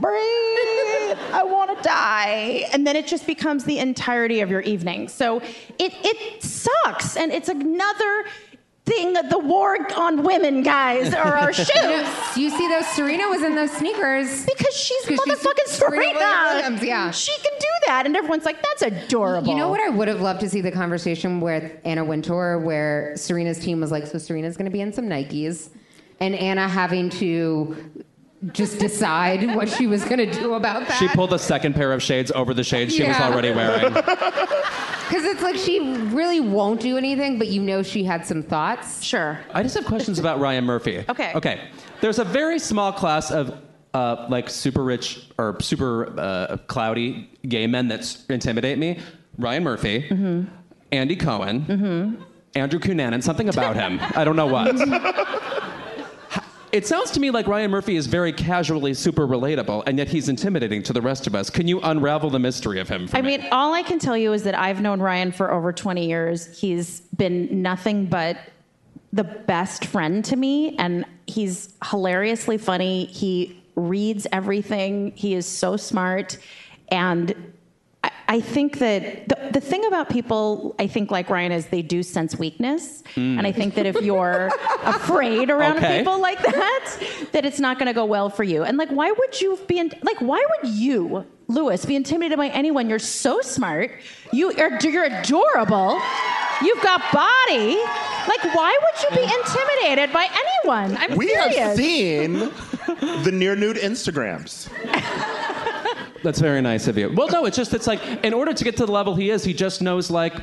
breathe. I want to die. And then it just becomes the entirety of your evening. So it, it sucks. And it's another thing that the war on women, guys, are our shoes.
Do you see those? Serena was in those sneakers.
Because she's
'Cause she's
motherfucking
Serena
Serena.
Williams, yeah.
She can do that. And everyone's like, that's adorable.
You know what I would have loved to see the conversation with Anna Wintour where Serena's team was like, so Serena's going to be in some Nikes, and Anna having to just decide what she was going to do about that.
She pulled a second pair of shades over the shades she was
Yeah.
already wearing.
because it's like she really won't do anything, but you know she had some thoughts.
Sure.
I just have questions about Ryan Murphy.
Okay.
Okay. There's a very small class of uh, like super rich or super uh, cloudy gay men that s- intimidate me. Ryan Murphy,
Mm-hmm.
Andy Cohen, Andrew Cunanan, and something about him. I don't know what. It sounds to me like Ryan Murphy is very casually super relatable, and yet he's intimidating to the rest of us. Can you unravel the mystery of him for
I
me?
mean, all I can tell you is that I've known Ryan for over 20 years. He's been nothing but the best friend to me, and he's hilariously funny. He reads everything, he is so smart. And I- I think that the, the thing about people, I think, like Ryan, is they do sense weakness.
Mm.
And I think that if you're afraid around
Okay.
people like that, that it's not going to go well for you. And like, why would you be, in, like, why would you, Lewis, be intimidated by anyone? You're so smart. You are, you're adorable. You've got body. Like, why would you be intimidated by anyone? I'm
we
serious.
have seen the near nude Instagrams.
That's very nice of you. Well, no, it's just it's like in order to get to the level he is, he just knows like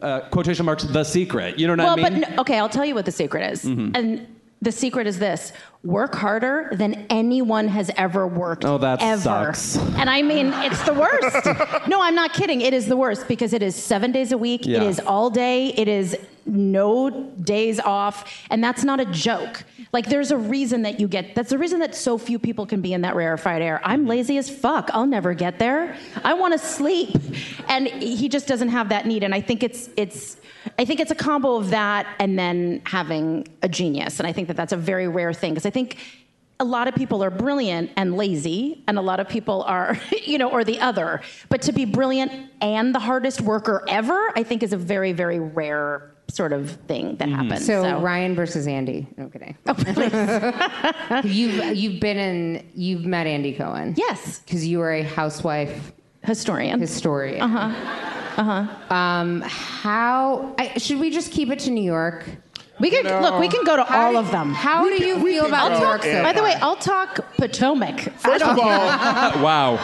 uh, quotation marks the secret. You know what
well,
I mean? Mm-hmm.
but no, okay, I'll tell you what the secret is. And the secret is this: work harder than anyone has ever worked.
Oh, that
ever.
sucks.
And I mean, it's the worst. no, I'm not kidding. It is the worst because it is seven days a week.
Yeah.
It is all day. It is no days off, and that's not a joke. Like, there's a reason that you get. That's the reason that so few people can be in that rarefied air. I'm lazy as fuck. I'll never get there. I want to sleep, and he just doesn't have that need. And I think it's it's. I think it's a combo of that and then having a genius. And I think that that's a very rare thing because I think a lot of people are brilliant and lazy, and a lot of people are, you know, or the other. But to be brilliant and the hardest worker ever, I think is a very, very rare sort of thing
Mm.
that happens.
So, Ryan versus Andy. No kidding.
Oh,
you've you've been in you've met Andy Cohen.
Yes.
because you are a housewife
historian.
historian. Uh huh. Uh
Uh-huh.
huh. Um, how I, should we just keep it to New York?
we can look. We can go to
How
all
do-
of them.
How do you
we
feel
can
about
go
New York?
in.
So
By the way,
far?
I'll talk Potomac.
First of all,
Uh, wow.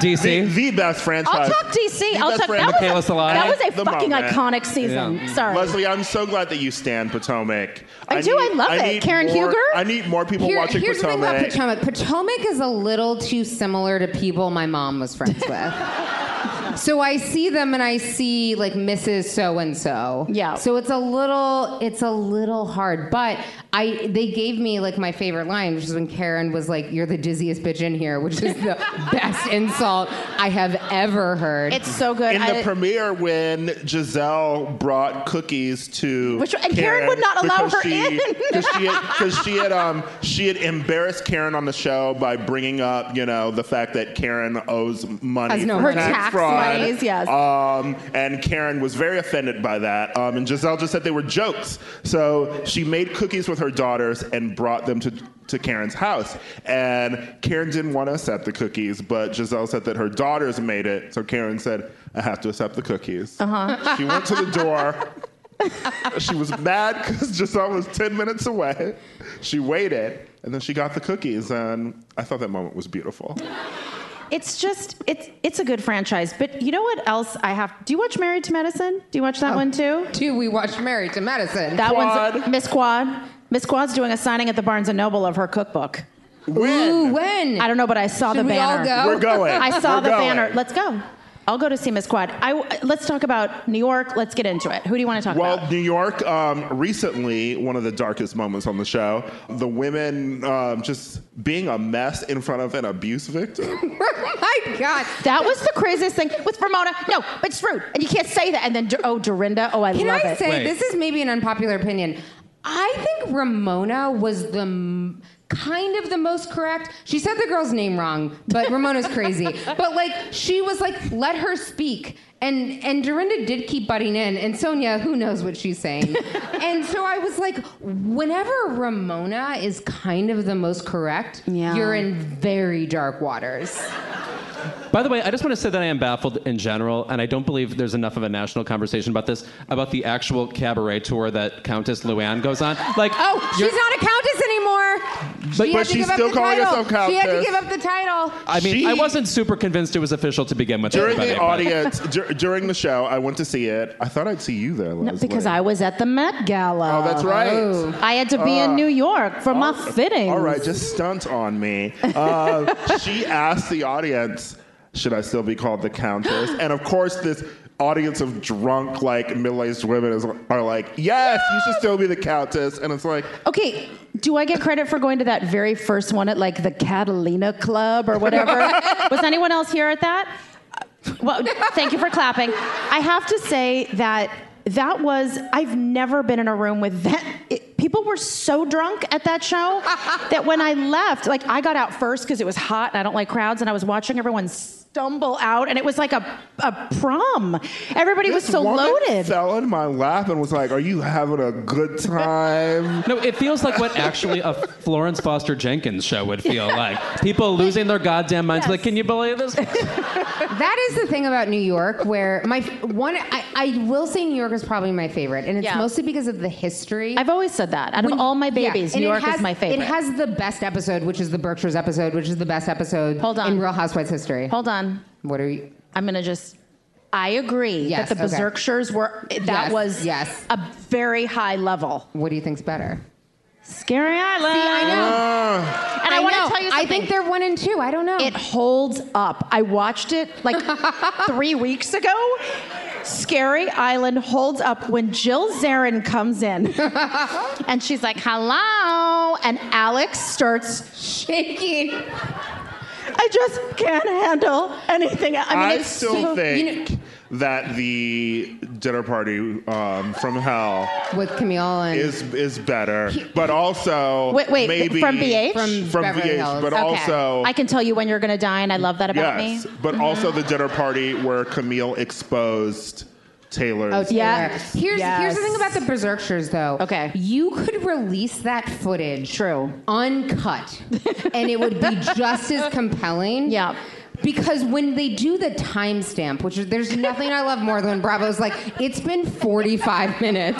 DC?
the, the best franchise.
I'll talk DC.
The
I'll
best franchise.
talk. That was, a,
Michaela Salai.
that was a
The
fucking
moment.
iconic season.
Yeah.
Sorry.
Leslie, I'm so glad that you stand Potomac.
I do, I love it.
need
Karen
more-
Huger?
I need more people
Here-
watching
here's
Potomac.
the thing about Potomac. Potomac is a little too similar to people my mom was friends with. So I see them and I see like Mrs. So and so.
Yeah.
So it's a little it's a little hard, but I they gave me like my favorite line, which is when Karen was like, "You're the dizziest bitch in here," which is the best insult I have ever heard.
It's so good.
In the
I-
premiere, when Giselle brought cookies to
Which- and Karen would not allow
because
her
she,
in.
because she had, 'cause she had um she had embarrassed Karen on the show by bringing up you know the fact that Karen owes money
Has no
for
her
tax,
tax
fraud.
monies, yes.
Um, and Karen was very offended by that. Um, and Giselle just said they were jokes. So she made cookies with her daughters and brought them to. To Karen's house, and Karen didn't want to accept the cookies, but Giselle said that her daughters made it. So Karen said, "I have to accept the cookies." Uh-huh. She went to the door. she was mad because Giselle was ten minutes away. She waited, and then she got the cookies, and I thought that moment was beautiful.
it's just it's it's a good franchise. But you know what else I have? Do you watch Married to Medicine? Do you watch
Oh,
that one too?
Two, we watched Married to Medicine.
That one's
Quad.
Miss Quad. Miss Quad's doing a signing at the Barnes and Noble of her cookbook.
Ooh,
When?
when?
I don't know, but I saw
Should
the
we all
banner.
go?
We're going.
I saw
We're
the
going.
banner. Let's go. I'll go to see Miss Quad. I let's talk about New York. Let's get into it. Who do you want to talk
Well,
about?
New York, um, recently, one of the darkest moments on the show, the women um, just being a mess in front of an abuse victim.
oh my God.
That was the craziest thing with Ramona. No, but it's rude, and you can't say that. And then Dor- oh, Dorinda. Oh, I
Can
love
I
it.
say
Wait.
this is maybe an unpopular opinion? I think Ramona was the m- kind of the most correct. She said the girl's name wrong, but Ramona's crazy. But like she was like, let her speak. And and Dorinda did keep butting in, and Sonia, who knows what she's saying. and so I was like, whenever Ramona is kind of the most correct,
Yeah.
you're in very dark waters.
By the way, I just want to say that I am baffled in general, and I don't believe there's enough of a national conversation about this, about the actual cabaret tour that Countess Luann goes on. Like,
Oh,
you're-
she's not a countess anymore. she had
But
to
she's
give up
still
the
calling
title.
herself
She had to
countess.
give up the title.
I mean,
she-
I wasn't super convinced it was official to begin with.
during
everybody,
the
but-
audience, dur- during the show, I went to see it. I thought I'd see you there, Leslie.
No, because I was at the Met Gala.
Oh, that's right. Uh,
Oh.
I had to be in New York for my fitting.
All right, just stunt on me. Uh, she asked the audience, "Should I still be called the Countess?" And of course, this audience of drunk, like middle-aged women is, are like, "Yes, you should still be the Countess." And it's like,
Okay, do I get credit for going to that very first one at like the Catalina Club or whatever? Was anyone else here at that? Uh, Well, thank you for clapping. I have to say that that was I've never been in a room with that it, people were so drunk at that show that when I left, like I got out first cuz it was hot and I don't like crowds and I was watching everyone stumble out and it was like a a prom. Everybody was
this
so
woman
loaded.
Fell in my lap and was like, "Are you having a good time?"
No, it feels like what actually a Florence Foster Jenkins show would feel like. People losing their goddamn minds. Like,
Yes.
can you believe this?
That is the thing about New York, where my one, I, I will say New York is probably my favorite, and it's
Yeah.
mostly because of the history.
I've always said that. Out of
When-
all my
yeah,
babies,
and
New
it
York
has-
is my favorite.
It has the best episode, which is the Berkshires episode, which is the best episode
Hold on.
in Real Housewives history.
Hold on.
What are you?
I'm going to just. I agree
Yes,
that the
okay.
Berserkshires were. That
Yes,
was
yes.
a very high level.
What do you think's better?
Scary Island.
I know.
Ah.
And I, want to
know.
tell you
I
something.
think they're one and two. I don't know.
It holds up. I watched it like three weeks ago. Scary Island holds up when Jill Zarin comes in and she's like, hello. And Alex starts,
shaking.
I just can't handle anything. I mean,
I
it's
still
so-
think that the dinner party um, from hell
with Camille and
is is better, but also
Wait, wait,
maybe
from BH?
From
from
Beverly
BH,
Hills.
but
Okay.
also
I can tell you when you're going to die, and I love that about
yes,
me.
but also the dinner party where Camille exposed Taylor's.
Oh, yeah.
Yeah.
Here's here's the
Yes.
thing about the Berserkshires, though.
Okay.
You could release that footage.
True.
Uncut, and it would be just as compelling.
Yeah.
Because when they do the timestamp, which is, there's nothing I love more than when Bravo's like, it's been 45 minutes.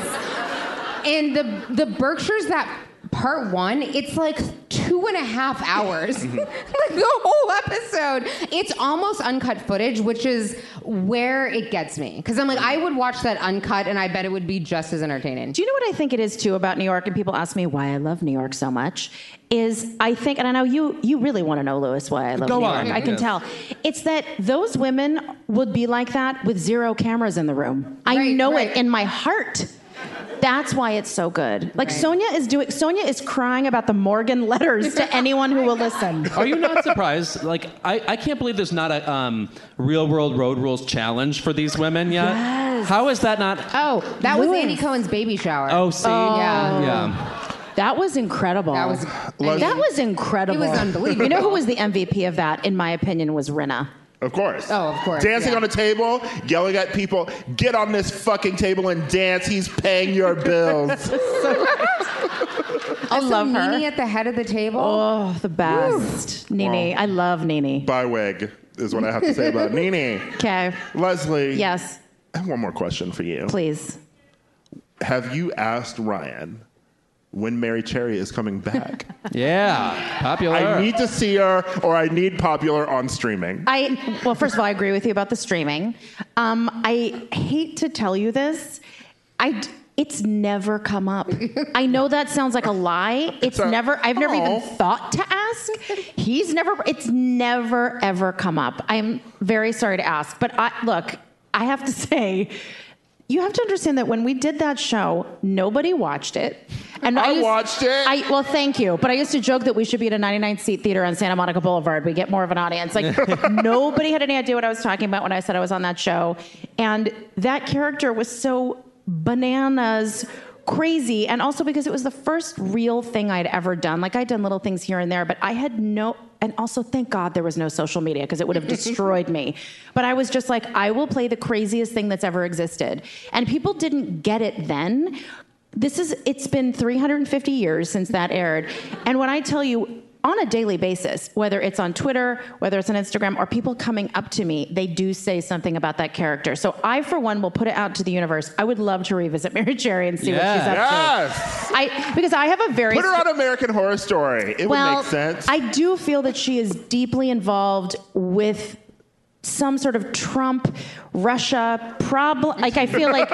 And the the Berkshires that part one, it's like two two and a half hours.
Mm-hmm.
like the whole episode. It's almost uncut footage, which is where it gets me. Because I'm like, I would watch that uncut and I bet it would be just as entertaining.
Do you know what I think it is too about New York? And people ask me why I love New York so much. Is I think, and I know you you really want to know, Lewis, why I love
Go
New
on,
York. I can
yes.
tell. It's that those women would be like that with zero cameras in the room. I
Right,
know
right.
it in my heart. That's why it's so good. Like
Right.
Sonia is doing. Sonia is crying about the Morgan letters to anyone who will listen.
Are you not surprised? Like, I, I can't believe there's not a um, real world road rules challenge for these women yet.
Yes.
How is that not?
Oh, that was
Lewis.
Andy Cohen's baby shower.
Oh, see?
yeah.
Yeah.
That was incredible.
That was-
Leslie-
that was incredible.
It was unbelievable.
You know who was the MVP of that? In my opinion, was Rinna.
Of course.
Oh, of course,
Dancing
yeah.
on a table, yelling at people, get on this fucking table and dance. He's paying your bills.
I love her.
Nene at the head of the table.
Oh, the best. Nene.
Wow.
I love Nene.
Bywig is what I have to say about Nene.
Okay.
Leslie.
Yes,
I have one more question for you.
please.
Have you asked Ryan when Mary Cherry is coming back?
Yeah. Popular.
I need to see her or I need popular on streaming.
I well, first of all, I agree with you about the streaming. Um, I hate to tell you this. I d- it's never come up. I know that sounds like a lie. It's
a-
never. I've never
Oh.
even thought to ask. He's never. It's never ever come up. I'm very sorry to ask, but I look. I have to say. You have to understand that when we did that show, nobody watched it. And
I
used-
watched it.
I well, thank you. But I used to joke that we should be at a 99 seat theater on Santa Monica Boulevard. We get more of an audience. Like nobody had any idea what I was talking about when I said I was on that show. And that character was so bananas crazy and also because it was the first real thing I'd ever done. Like I'd done little things here and there, but I had no and also thank God there was no social media because it would have destroyed me. But I was just like I will play the craziest thing that's ever existed. And people didn't get it then this is it's been 350 years since that aired and when i tell you on a daily basis whether it's on twitter whether it's on instagram or people coming up to me they do say something about that character so i for one will put it out to the universe i would love to revisit mary jerry and see what she's up
yes.
to i because i have a very
Put her on American Horror Story. It
well
would make sense.
i do feel that she is deeply involved with some sort of Trump, Russia problem. Like I feel like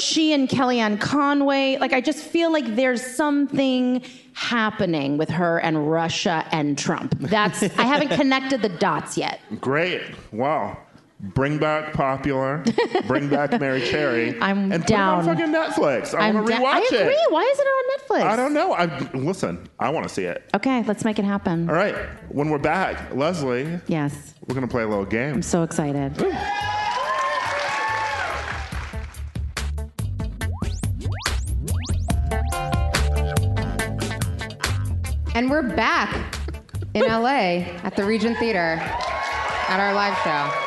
she and Kellyanne Conway. Like I just feel like there's something happening with her and Russia and Trump. That's I haven't connected the dots yet.
Great. Wow. Bring back popular. Bring back Mary Cherry.
I'm
and
down.
Put it on fucking Netflix. I want to
da-
rewatch
I agree.
it.
Why isn't it on Netflix?
I don't know. I listen. I want to see it.
Okay, let's make it happen.
All right. When we're back, Leslie,
Yes,
we're gonna play a little game.
I'm so excited.
And we're back in LA at the Regent Theater at our live show.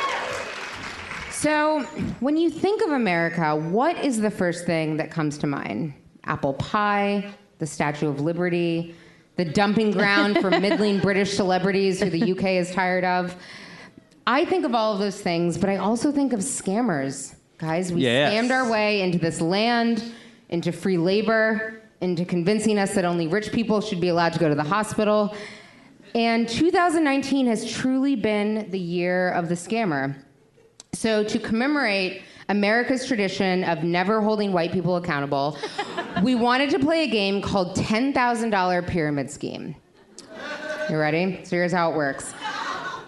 So, when you think of America, what is the first thing that comes to mind? Apple pie, the Statue of Liberty, the dumping ground for middling British celebrities who the UK is tired of. I think of all of those things, but I also think of scammers. Guys, we
Yes.
scammed our way into this land, into free labor, into convincing us that only rich people should be allowed to go to the hospital. And 2019 has truly been the year of the scammer. So, to commemorate America's tradition of never holding white people accountable, we wanted to play a game called $10,000 Pyramid Scheme. You ready? So, here's how it works.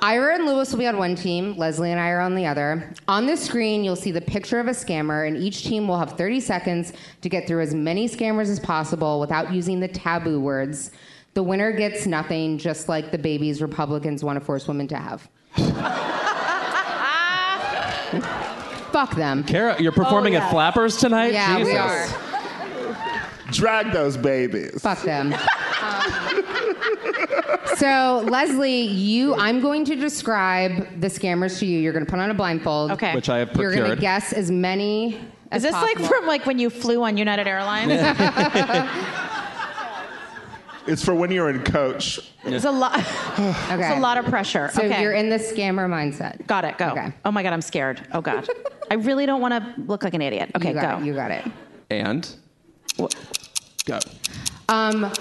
Ira and Lewis will be on one team, Leslie and I are on the other. On the screen, you'll see the picture of a scammer, and each team will have 30 seconds to get through as many scammers as possible without using the taboo words. The winner gets nothing, just like the babies Republicans want to force women to have. Fuck them.
Kara, you're performing at Flappers tonight?
Oh, Yeah,
Jesus.
we are.
Drag those babies.
Fuck them. so, Leslie, you, I'm going to describe the scammers to you. You're going to put on a blindfold.
Okay.
Which I have
You're going
procured.
to guess as many.
Is
As
this
possible.
like from like when you flew on United Airlines?
It's for when you're in coach.
It's a lot.
Okay.
It's a lot of pressure.
So
okay.
you're in the scammer mindset.
Got it. Go.
Okay.
Oh my God, I'm scared. Oh God. I really don't want to look like an idiot. Okay,
you got
go.
it. You got it.
And. Go.
Um,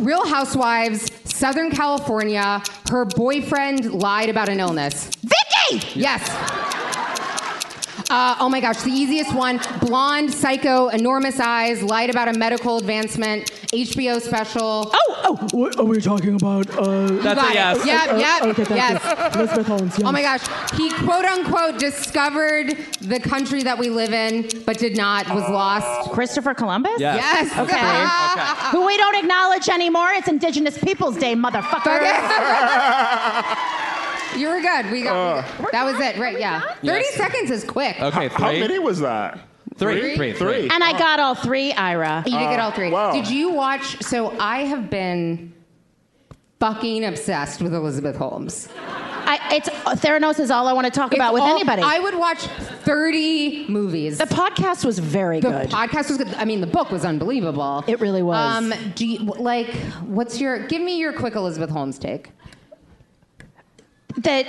Real Housewives, Southern California. Her boyfriend lied about an illness.
Vicky!
Yes. Uh, oh my gosh, the easiest one. Blonde, psycho, enormous eyes, lied about a medical advancement, HBO special.
Oh, oh, what are we talking about? Uh,
That's a
Got it.
yes.
Yep, yep,
okay, thank
yes.
you. Elizabeth Holmes.
Oh my gosh, he quote unquote discovered the country that we live in, but did not, was lost.
Christopher Columbus?
Yes.
Yes.
Okay. Who we don't acknowledge anymore. It's Indigenous Peoples Day, motherfucker.
you were good. We got we got- that was it, right? Yeah. Thirty
Uh. Yes.
seconds is quick.
Okay,
How
three.
many was that?
Three, three, three.
and I got all three, Ira.
You did get all three.
wow.
Did you watch? So I have been fucking obsessed with Elizabeth Holmes.
I, it's Theranos is all I want to talk about with
All-
anybody.
I would watch thirty movies.
the podcast was very
The
good.
podcast was good. I mean, the book was unbelievable.
It really was.
Um, do you, like, what's your? Give me your quick Elizabeth Holmes take.
that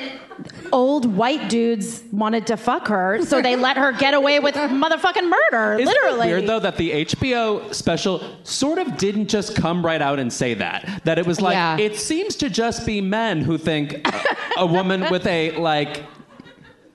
old white dudes wanted to fuck her, so they let her get away with motherfucking murder.
Isn't
literally.
It weird though that the HBO special sort of didn't just come right out and say that. That it was like
Yeah.
it seems to just be men who think a, a woman with a like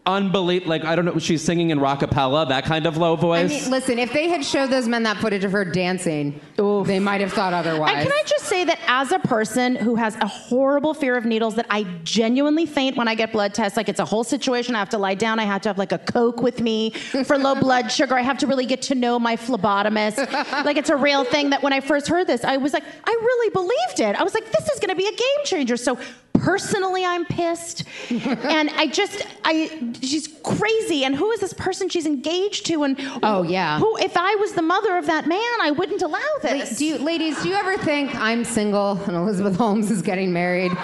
unbelievable like I don't know she's singing in rockapella that kind of low
I
voice.
mean, listen, if they had showed those men that footage of her dancing, they might have thought otherwise.
And can I just say that as a person who has a horrible fear of needles, that I genuinely faint when I get blood tests. Like it's a whole situation. I have to lie down. I have to have like a Coke with me for low blood sugar. I have to really get to know my phlebotomist. like it's a real thing that when I first heard this, I was like, I really believed it. I was like, this is going to be a game changer. So personally, I'm pissed. and I just, I, she's crazy. And who is this person she's engaged to? And
Oh, yeah.
who, if I was the mother of that man, I wouldn't allow
La-
this.
do you, ladies, do you ever think I'm single and Elizabeth Holmes is getting married?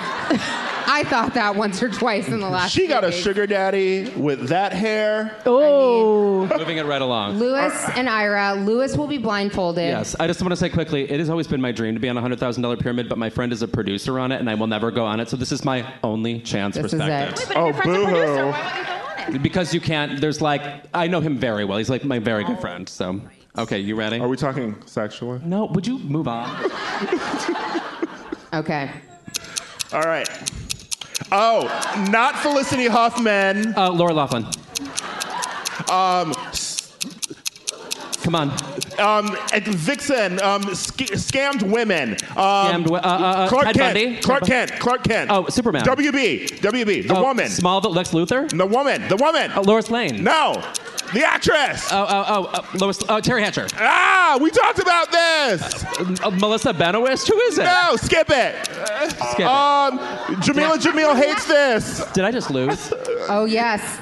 I thought that once or twice in the last.
She got
few
a
weeks.
sugar daddy with that hair.
Oh.
Moving it right along.
Lewis and Ira. Lewis will be blindfolded.
Yes, I just want to say quickly, it has always been my dream to be on a hundred thousand dollar pyramid, but my friend is a producer on it, and I will never go on it. So this is my only chance.
This is
perspective.
it.
Oh, boo hoo.
Because you can't. There's like I know him very well. He's like my very good friend. So okay, you ready?
Are we talking sexually?
no, would you move on?
Okay.
All right. Oh, not Felicity Huffman.
Uh, Laura Laughlin.
Um,
Come on.
um, and Vixen. Um, sc- scammed women. Um,
Scammed wo- uh, uh, uh,
Clark
Ted
Kent.
Bundy?
Clark
Ted Bun-
Kent. Clark Kent.
Oh, Superman.
WB. WB. The
Oh,
woman.
Smallville. Lex Luthor.
the woman. The woman.
Uh, Lois Lane.
no. The actress.
Oh, oh, oh, uh, Lois. Oh, Terry Hatcher.
ah, we talked about this.
Uh, Melissa Benoist. Who is it?
No, skip it.
Skip it.
Um, Jamila Jamil hates this.
Did I just lose?
Oh yes,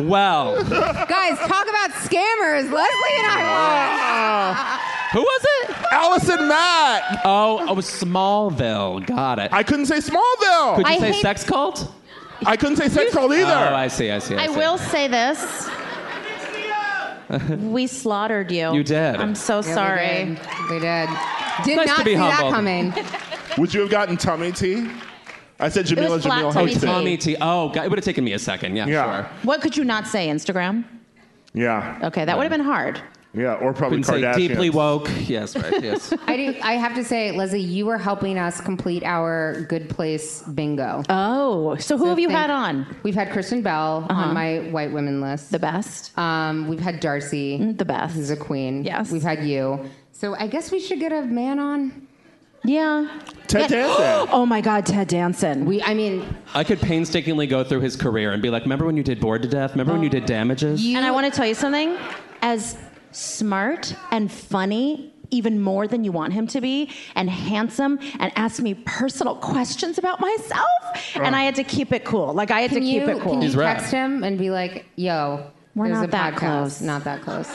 well,
guys, talk about scammers. Leslie and I. won.
who was it?
Allison Mack.
Oh, oh, Smallville. Got it.
I couldn't say Smallville.
Could you
I
say
hate-
sex cult?
I couldn't say sex cult either.
Oh, I see. I see. I,
I
see.
will say this. we slaughtered you.
You did.
I'm so
Yeah, we
sorry.
did. We did. Did
Nice to
not
be
see that
humbled.
coming.
Would you have gotten tummy tea? I said Jamila
was flat
Jamil
tummy
hates
tea.
it.
Tommy T. Oh, God, it would have taken me a second. Yeah,
Yeah.
sure.
What could you not say? Instagram?
Yeah.
Okay, that would have been hard.
Yeah. Or probably
Couldn't say
Kardashian.
deeply woke. Yes, right. Yes.
I do. I have to say, Leslie, you were helping us complete our good place bingo.
Oh, so who have you
Thank-
had on?
We've had Kristen Bell on my white women list.
uh-huh. The best. Mm,
Um, we've had Darcy,
The best.
who's a queen.
Yes.
We've had you. So I guess we should get a man on.
Yeah.
Ted
Yeah.
Danson.
oh my God, Ted Danson.
We, I mean,
I could painstakingly go through his career and be like, remember when you did Bored to Death? Remember when you did Damages?
and I want to tell you something. As smart and funny, even more than you want him to be, and handsome, and ask me personal questions about myself. And I had to keep it cool. Like I had
can
to keep
you,
it cool.
can you
He's rad.
text him and be like, yo,
We're
there's
not
a
that
podcast.
close.
Not that close.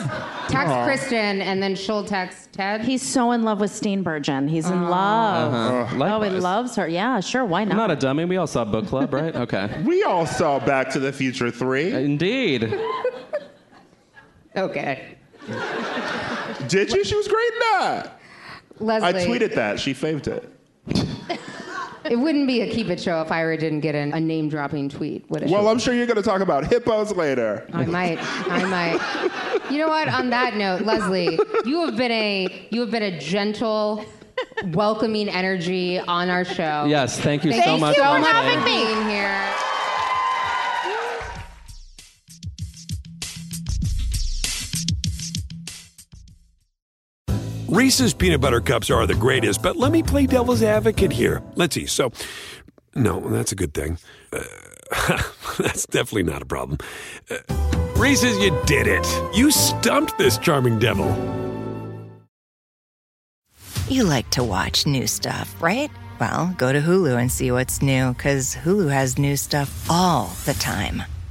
Text Kristen and then she'll text Ted.
He's so in love with Steenburgen. He's in love. Oh, he
Likewise.
loves her. Yeah, sure. Why
I'm
not?
Uh-huh. not a dummy. We all saw book club, right? Okay.
We all saw Back to the Future 3.
Indeed.
okay.
Did you? She was great in that.
Leslie,
I tweeted that. She faved it.
it wouldn't be a keep it show if Ira didn't get in a name dropping tweet, would it?
Well, I'm sure you're going to talk about hippos later.
I might. I might. You know what? On that note, Leslie, you have been a you have been a gentle welcoming energy on our show.
Yes, thank you
Thank
so
you
much.
so
for
much for
playing.
being here.
Reese's peanut butter cups are the greatest, but let me play devil's advocate here. Let's see. So, no, that's a good thing. Uh, that's definitely not a problem. Uh, Reese's, you did it. You stumped this charming devil.
You like to watch new stuff, right? Well, go to Hulu and see what's new, because Hulu has new stuff all the time.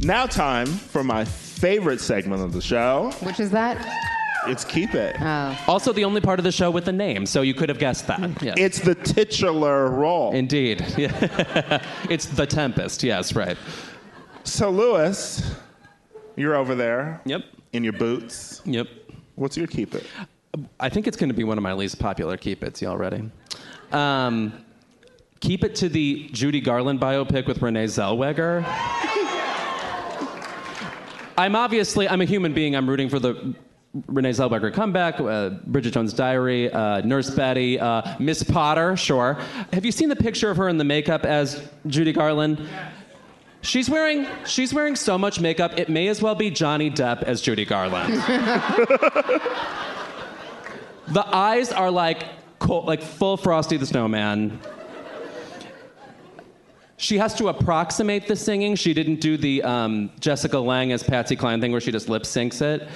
Now, time for my favorite segment of the show.
Which is that?
It's Keep It.
Uh,
Also, the only part of the show with a name, so you could have guessed that. Yes.
It's the titular role.
Indeed. Yeah. it's The Tempest. Yes, right.
So, Lewis, you're over there.
Yep.
In your boots.
Yep.
What's your Keep It?
I think it's going to be one of my least popular keep its, y'all ready? Um, keep it to the Judy Garland biopic with Renee Zellweger. I'm obviously, I'm a human being. I'm rooting for the Renee Zellweger comeback, uh, Bridget Jones' Diary, uh, Nurse Betty, uh, Miss Potter, sure. Have you seen the picture of her in the makeup as Judy Garland? She's wearing, she's wearing so much makeup, it may as well be Johnny Depp as Judy Garland. The eyes are like cold, like full Frosty the Snowman. She has to approximate the singing. She didn't do the um, Jessica Lang as Patsy Cline thing where she just lip syncs it.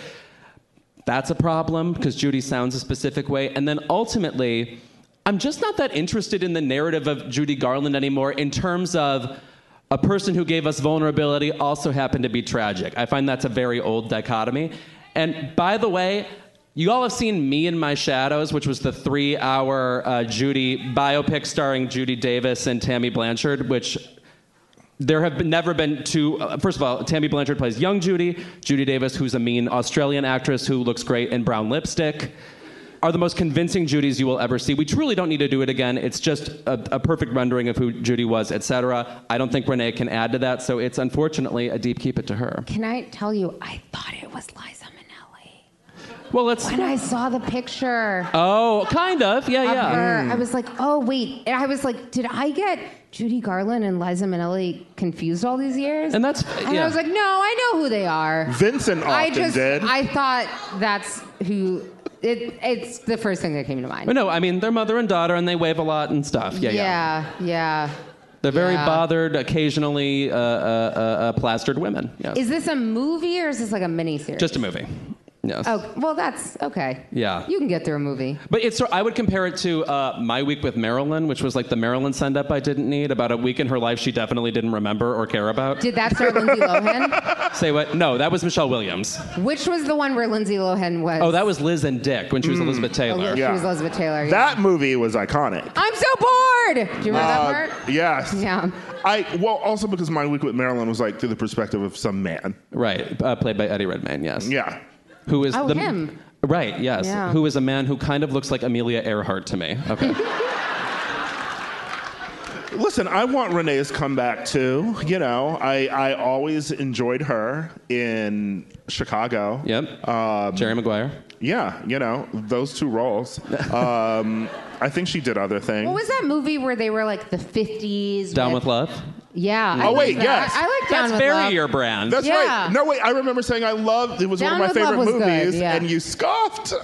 That's a problem because Judy sounds a specific way. And then ultimately, I'm just not that interested in the narrative of Judy Garland anymore in terms of a person who gave us vulnerability also happened to be tragic. I find that's a very old dichotomy. And by the way, you all have seen Me in My Shadows, which was the three hour uh, Judy biopic starring Judy Davis and Tammy Blanchard, which there have been, never been two. Uh, first of all, Tammy Blanchard plays young Judy. Judy Davis, who's a mean Australian actress who looks great in brown lipstick, are the most convincing Judys you will ever see. We truly don't need to do it again. It's just a, a perfect rendering of who Judy was, etc. I don't think Renee can add to that, so it's unfortunately a deep keep it to her.
Can I tell you? I thought it was Liza Minnelli
Well, let's.
when I saw the picture.
Oh, kind of. Yeah,
of
yeah. Mm.
her. I was like, oh wait, and I was like, did I get Judy Garland and Liza Minnelli confused all these years?
And that's-
and
yeah.
I was like, no, I know who they are.
Vincent often
I just,
did.
I thought that's who. It, it's the first thing that came to mind.
But no, I mean they're mother and daughter, and they wave a lot and stuff. Yeah, yeah.
yeah, yeah.
They're very
yeah.
bothered, occasionally uh, uh, uh, uh, plastered women. Yeah.
Is this a movie or is this like a mini series?
Just a movie. Yes.
Oh, well, that's okay.
Yeah.
You can get through a movie.
But it's I would compare it to uh, my week with Marilyn, which was like the Marilyn send up I didn't need about a week in her life she definitely didn't remember or care about.
Did that start Lindsay Lohan?
Say what? No, that was Michelle Williams.
Which was the one where Lindsay Lohan was?
Oh, that was Liz and Dick when she was Elizabeth Taylor.
She was Elizabeth Taylor. yeah.
That movie was iconic.
I'm so bored. Do you remember
Uh,
that part?
Yes.
Yeah.
I well also because my week with Marilyn was like through the perspective of some man.
Right, uh, played by Eddie Redmayne. Yes.
Yeah.
Who is
Oh,
the
him.
Right, yes.
Yeah.
Who is a man who kind of looks like Amelia Earhart to me. Okay.
Listen, I want Renee's comeback too. You know, I, I always enjoyed her in Chicago. Yep. Um, Jerry Maguire. Yeah, you know, those two roles. Um, I think she did other things.
What was that movie where they were like the 50s?
Down with Love?
Yeah. I
Oh,
like
wait,
that.
yes.
I, I like Down
That's
with
very
Love.
your brand.
That's
Yeah.
right. No, wait, I remember saying I loved it was
Down
one of
with
my
Love
favorite
was good,
movies,
yeah.
and you scoffed.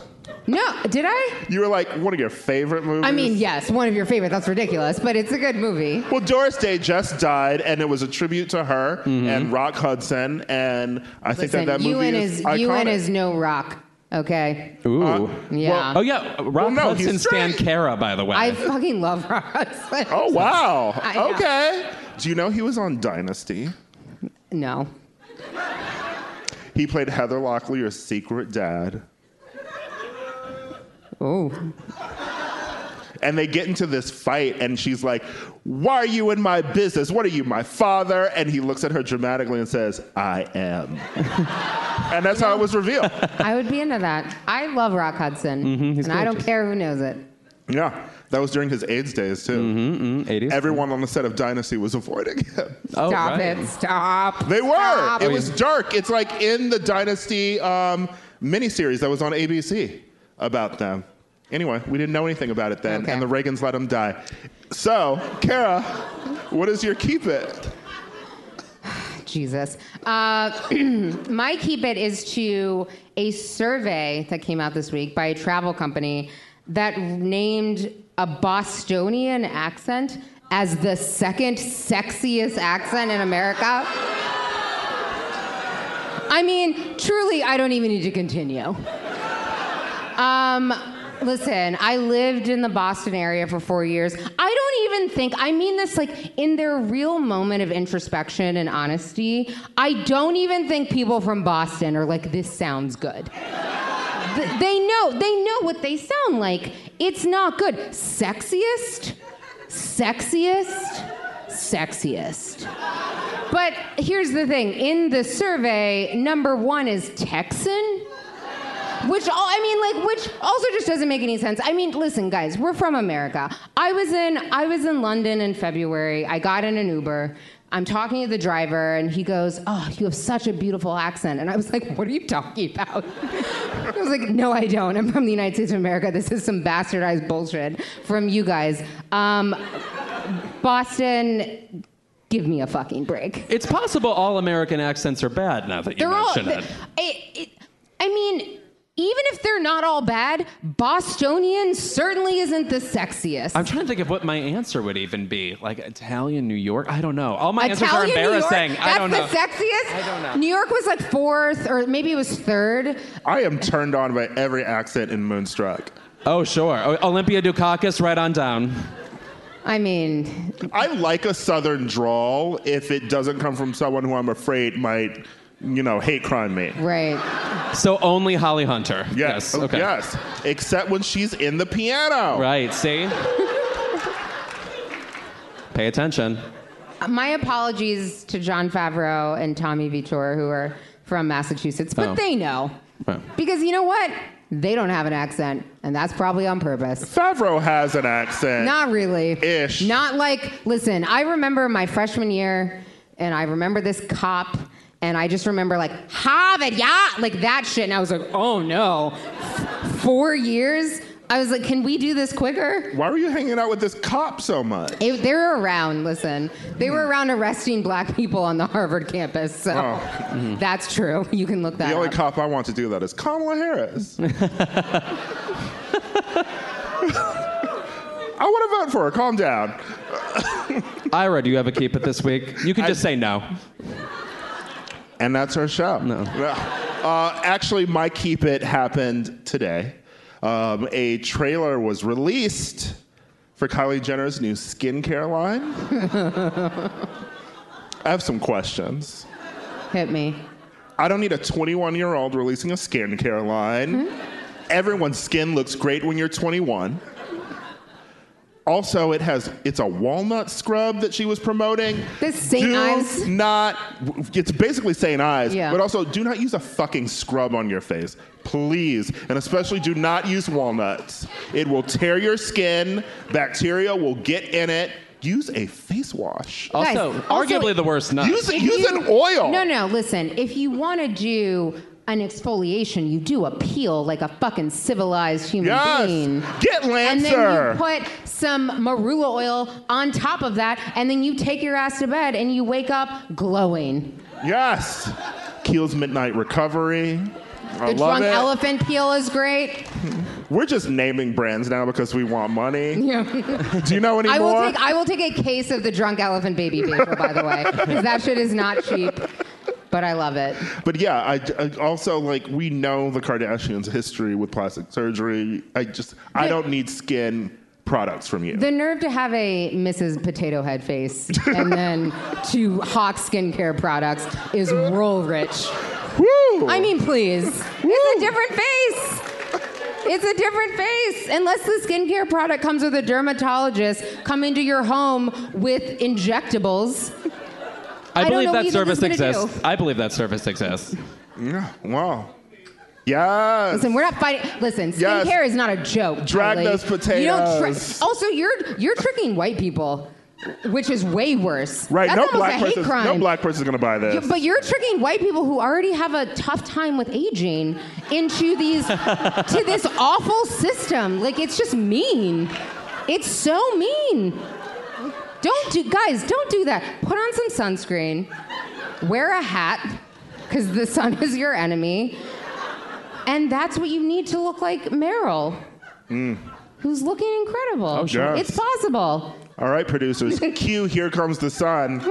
No, did I?
You were like, one of your favorite movies?
I mean, yes, one of your favorite. That's ridiculous, but it's a good movie.
Well, Doris Day just died, and it was a tribute to her and Rock Hudson, and I think that
Listen,
that movie
Ewan
is,
is
iconic. Uh,
Ewan is no rock. Okay.
Ooh.
yeah. well-
oh, yeah. Rob
Well, no, he's
Hudson, Stan Cara, by the way.
I fucking love Rock Hudson.
Oh wow!
I know.
Okay. Do you know he was on Dynasty?
No.
He played Heather Locklear's secret dad.
Oh.
And they get into this fight, and she's like, "Why are you in my business? What are you, my father?" And he looks at her dramatically and says, "I am." and that's how it was revealed.
I would be into that. I love Rock Hudson, and
he's
I don't
gorgeous.
care who knows it.
Yeah, that was during his AIDS days too.
Mm,
Mm-hmm, 80s. Everyone on the set of Dynasty was avoiding him.
Stop it! Stop.
They were.
Stop.
It was dark. It's like in the Dynasty um, miniseries that was on ABC about them. Anyway, we didn't know anything about it then, and the Reagans let them die. So, Kara, what is your keep it?
Jesus. Uh, my keep it is to a survey that came out this week by a travel company that named a Bostonian accent as the second sexiest accent in America. I mean, truly, I don't even need to continue. Um, listen, I lived in the Boston area for four years. I don't even think, I mean this like in their real moment of introspection and honesty, I don't even think people from Boston are like, this sounds good. Th- they know, they know what they sound like. It's not good. Sexiest? Sexiest? Sexiest. But here's the thing in the survey, number one is Texan. Which all, I mean, like, which also just doesn't make any sense. I mean, listen, guys, we're from America. I was in I was in London in February. I got in an Uber. I'm talking to the driver, and he goes, "Oh, you have such a beautiful accent." And I was like, "What are you talking about?" I was like, "No, I don't. I'm from the United States of America. This is some bastardized bullshit from you guys." Um, Boston, give me a fucking break.
It's possible all American accents are bad now that you
They're all.
mention
th-
it.
I- it- I mean, even if they're not all bad, Bostonian certainly isn't the sexiest.
I'm trying to think of what my answer would even be. Like Italian, New York. I don't know. All my answers
Italian
are embarrassing.
New York,
I don't know.
that's the sexiest.
I don't know.
New York was like fourth, or maybe it was third.
I am turned on by every accent in Moonstruck.
Oh sure, O- Olympia Dukakis, right on down.
I mean,
I like a Southern drawl if it doesn't come from someone who I'm afraid might, you know, hate crime me.
Right.
So only Holly Hunter. Yes. okay.
Oh, Yes. Except when she's in the piano.
Right. See. Pay attention.
my apologies to John Favreau and Tommy Vitor, who are from Massachusetts, but
Oh.
they know
Right.
because you know what? They don't have an accent, and that's probably on purpose.
Favreau has an accent.
Not really.
Ish.
Not like, listen, I remember my freshman year, and I remember this cop, and I just remember like, Harvard, yeah, like that shit. And I was like, oh no. Four years? I was like, can we do this quicker?
Why were you hanging out with this cop so much?
It, they were around, listen. They were around arresting black people on the Harvard campus, so that's true. You can look that
The only
up.
cop I want to do that is Kamala Harris. I want to vote for her. Calm down.
Ira, do you have a keep it this week? You can just say no.
And that's our show. No. Uh, actually, my keep it happened today. Um, a trailer was released for Kylie Jenner's new skincare line. I have some questions.
Hit me.
I don't need a 21 year old releasing a skincare line.
Hmm?
Everyone's skin looks great when you're 21. Also, it has it's a walnut scrub that she was promoting.
This St.
Do
Ives?
Not it's basically St. Ives,
Yeah.
but also do not use a fucking scrub on your face. Please, and especially do not use walnuts. It will tear your skin, bacteria will get in it. Use a face wash.
Also, arguably the worst nut.
Use,
If
use
Uh, you-
an oil.
No, no, listen. If you want to do an exfoliation, you do a peel like a fucking civilized human
Yes.
being.
Get
And
Lancer.
then you put some marula oil on top of that, and then you take your ass to bed and you wake up glowing.
Yes. Keel's Midnight Recovery. I
the
love
drunk
it.
elephant peel is great.
We're just naming brands now because we want money.
Yeah.
Do you know any
I will
more?
take I will take a case of the drunk elephant baby vapor, by the way, 'cause that shit is not cheap, but I love it.
But yeah, I, I also like we know the Kardashians' history with plastic surgery. I just I don't need skin products from you.
The nerve to have a Mrs. Potato Head face and then to hawk skincare products is roll rich.
Woo!
I mean, please. It's a different face. It's a different face. Unless the skincare product comes with a dermatologist, come into your home with injectables. I
I
don't
believe
know
that
either
service
that's gonna
exists. I believe that service exists.
Yeah. Wow. Yes.
Listen, we're not fighting. Listen,
Yes.
skincare is not a joke.
Drag
Kylie.
those
You don't
potatoes.
tri- also, you're you're tricking white people, which is way worse.
Right.
That's
no
almost
black
a hate
person.
crime.
No black person's gonna buy this.
You- but you're tricking white people who already have a tough time with aging into these to this awful system. Like it's just mean. It's so mean. Don't do guys, don't do that. Put on some sunscreen. Wear a hat cuz the sun is your enemy. And that's what you need to look like Meryl,
Mm.
who's looking incredible.
Oh, sure.
It's possible.
All right, producers. Cue. Here comes the sun.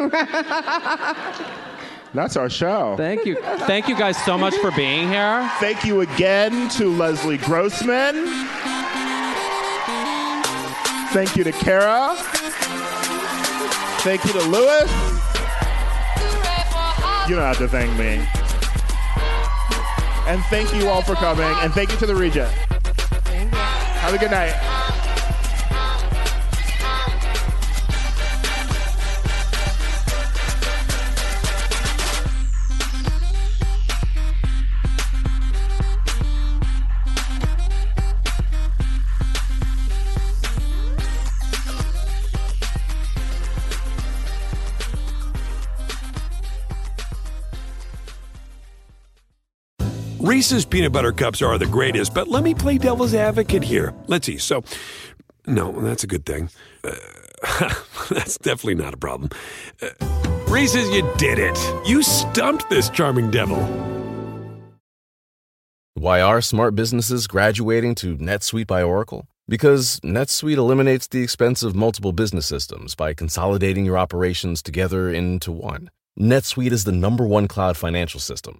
That's our show.
Thank you. Thank you guys so much for being here.
Thank you again to Leslie Grossman. Thank you to Kara. Thank you to Lewis. You don't have to thank me. And thank you all for coming. And thank you to the Regent. Have a good night.
Reese's peanut butter cups are the greatest, but let me play devil's advocate here. Let's see. So, no, that's a good thing. Uh, that's definitely not a problem. Uh, Reese's, you did it. You stumped this charming devil.
Why are smart businesses graduating to NetSuite by Oracle? Because NetSuite eliminates the expense of multiple business systems by consolidating your operations together into one. NetSuite is the number one cloud financial system,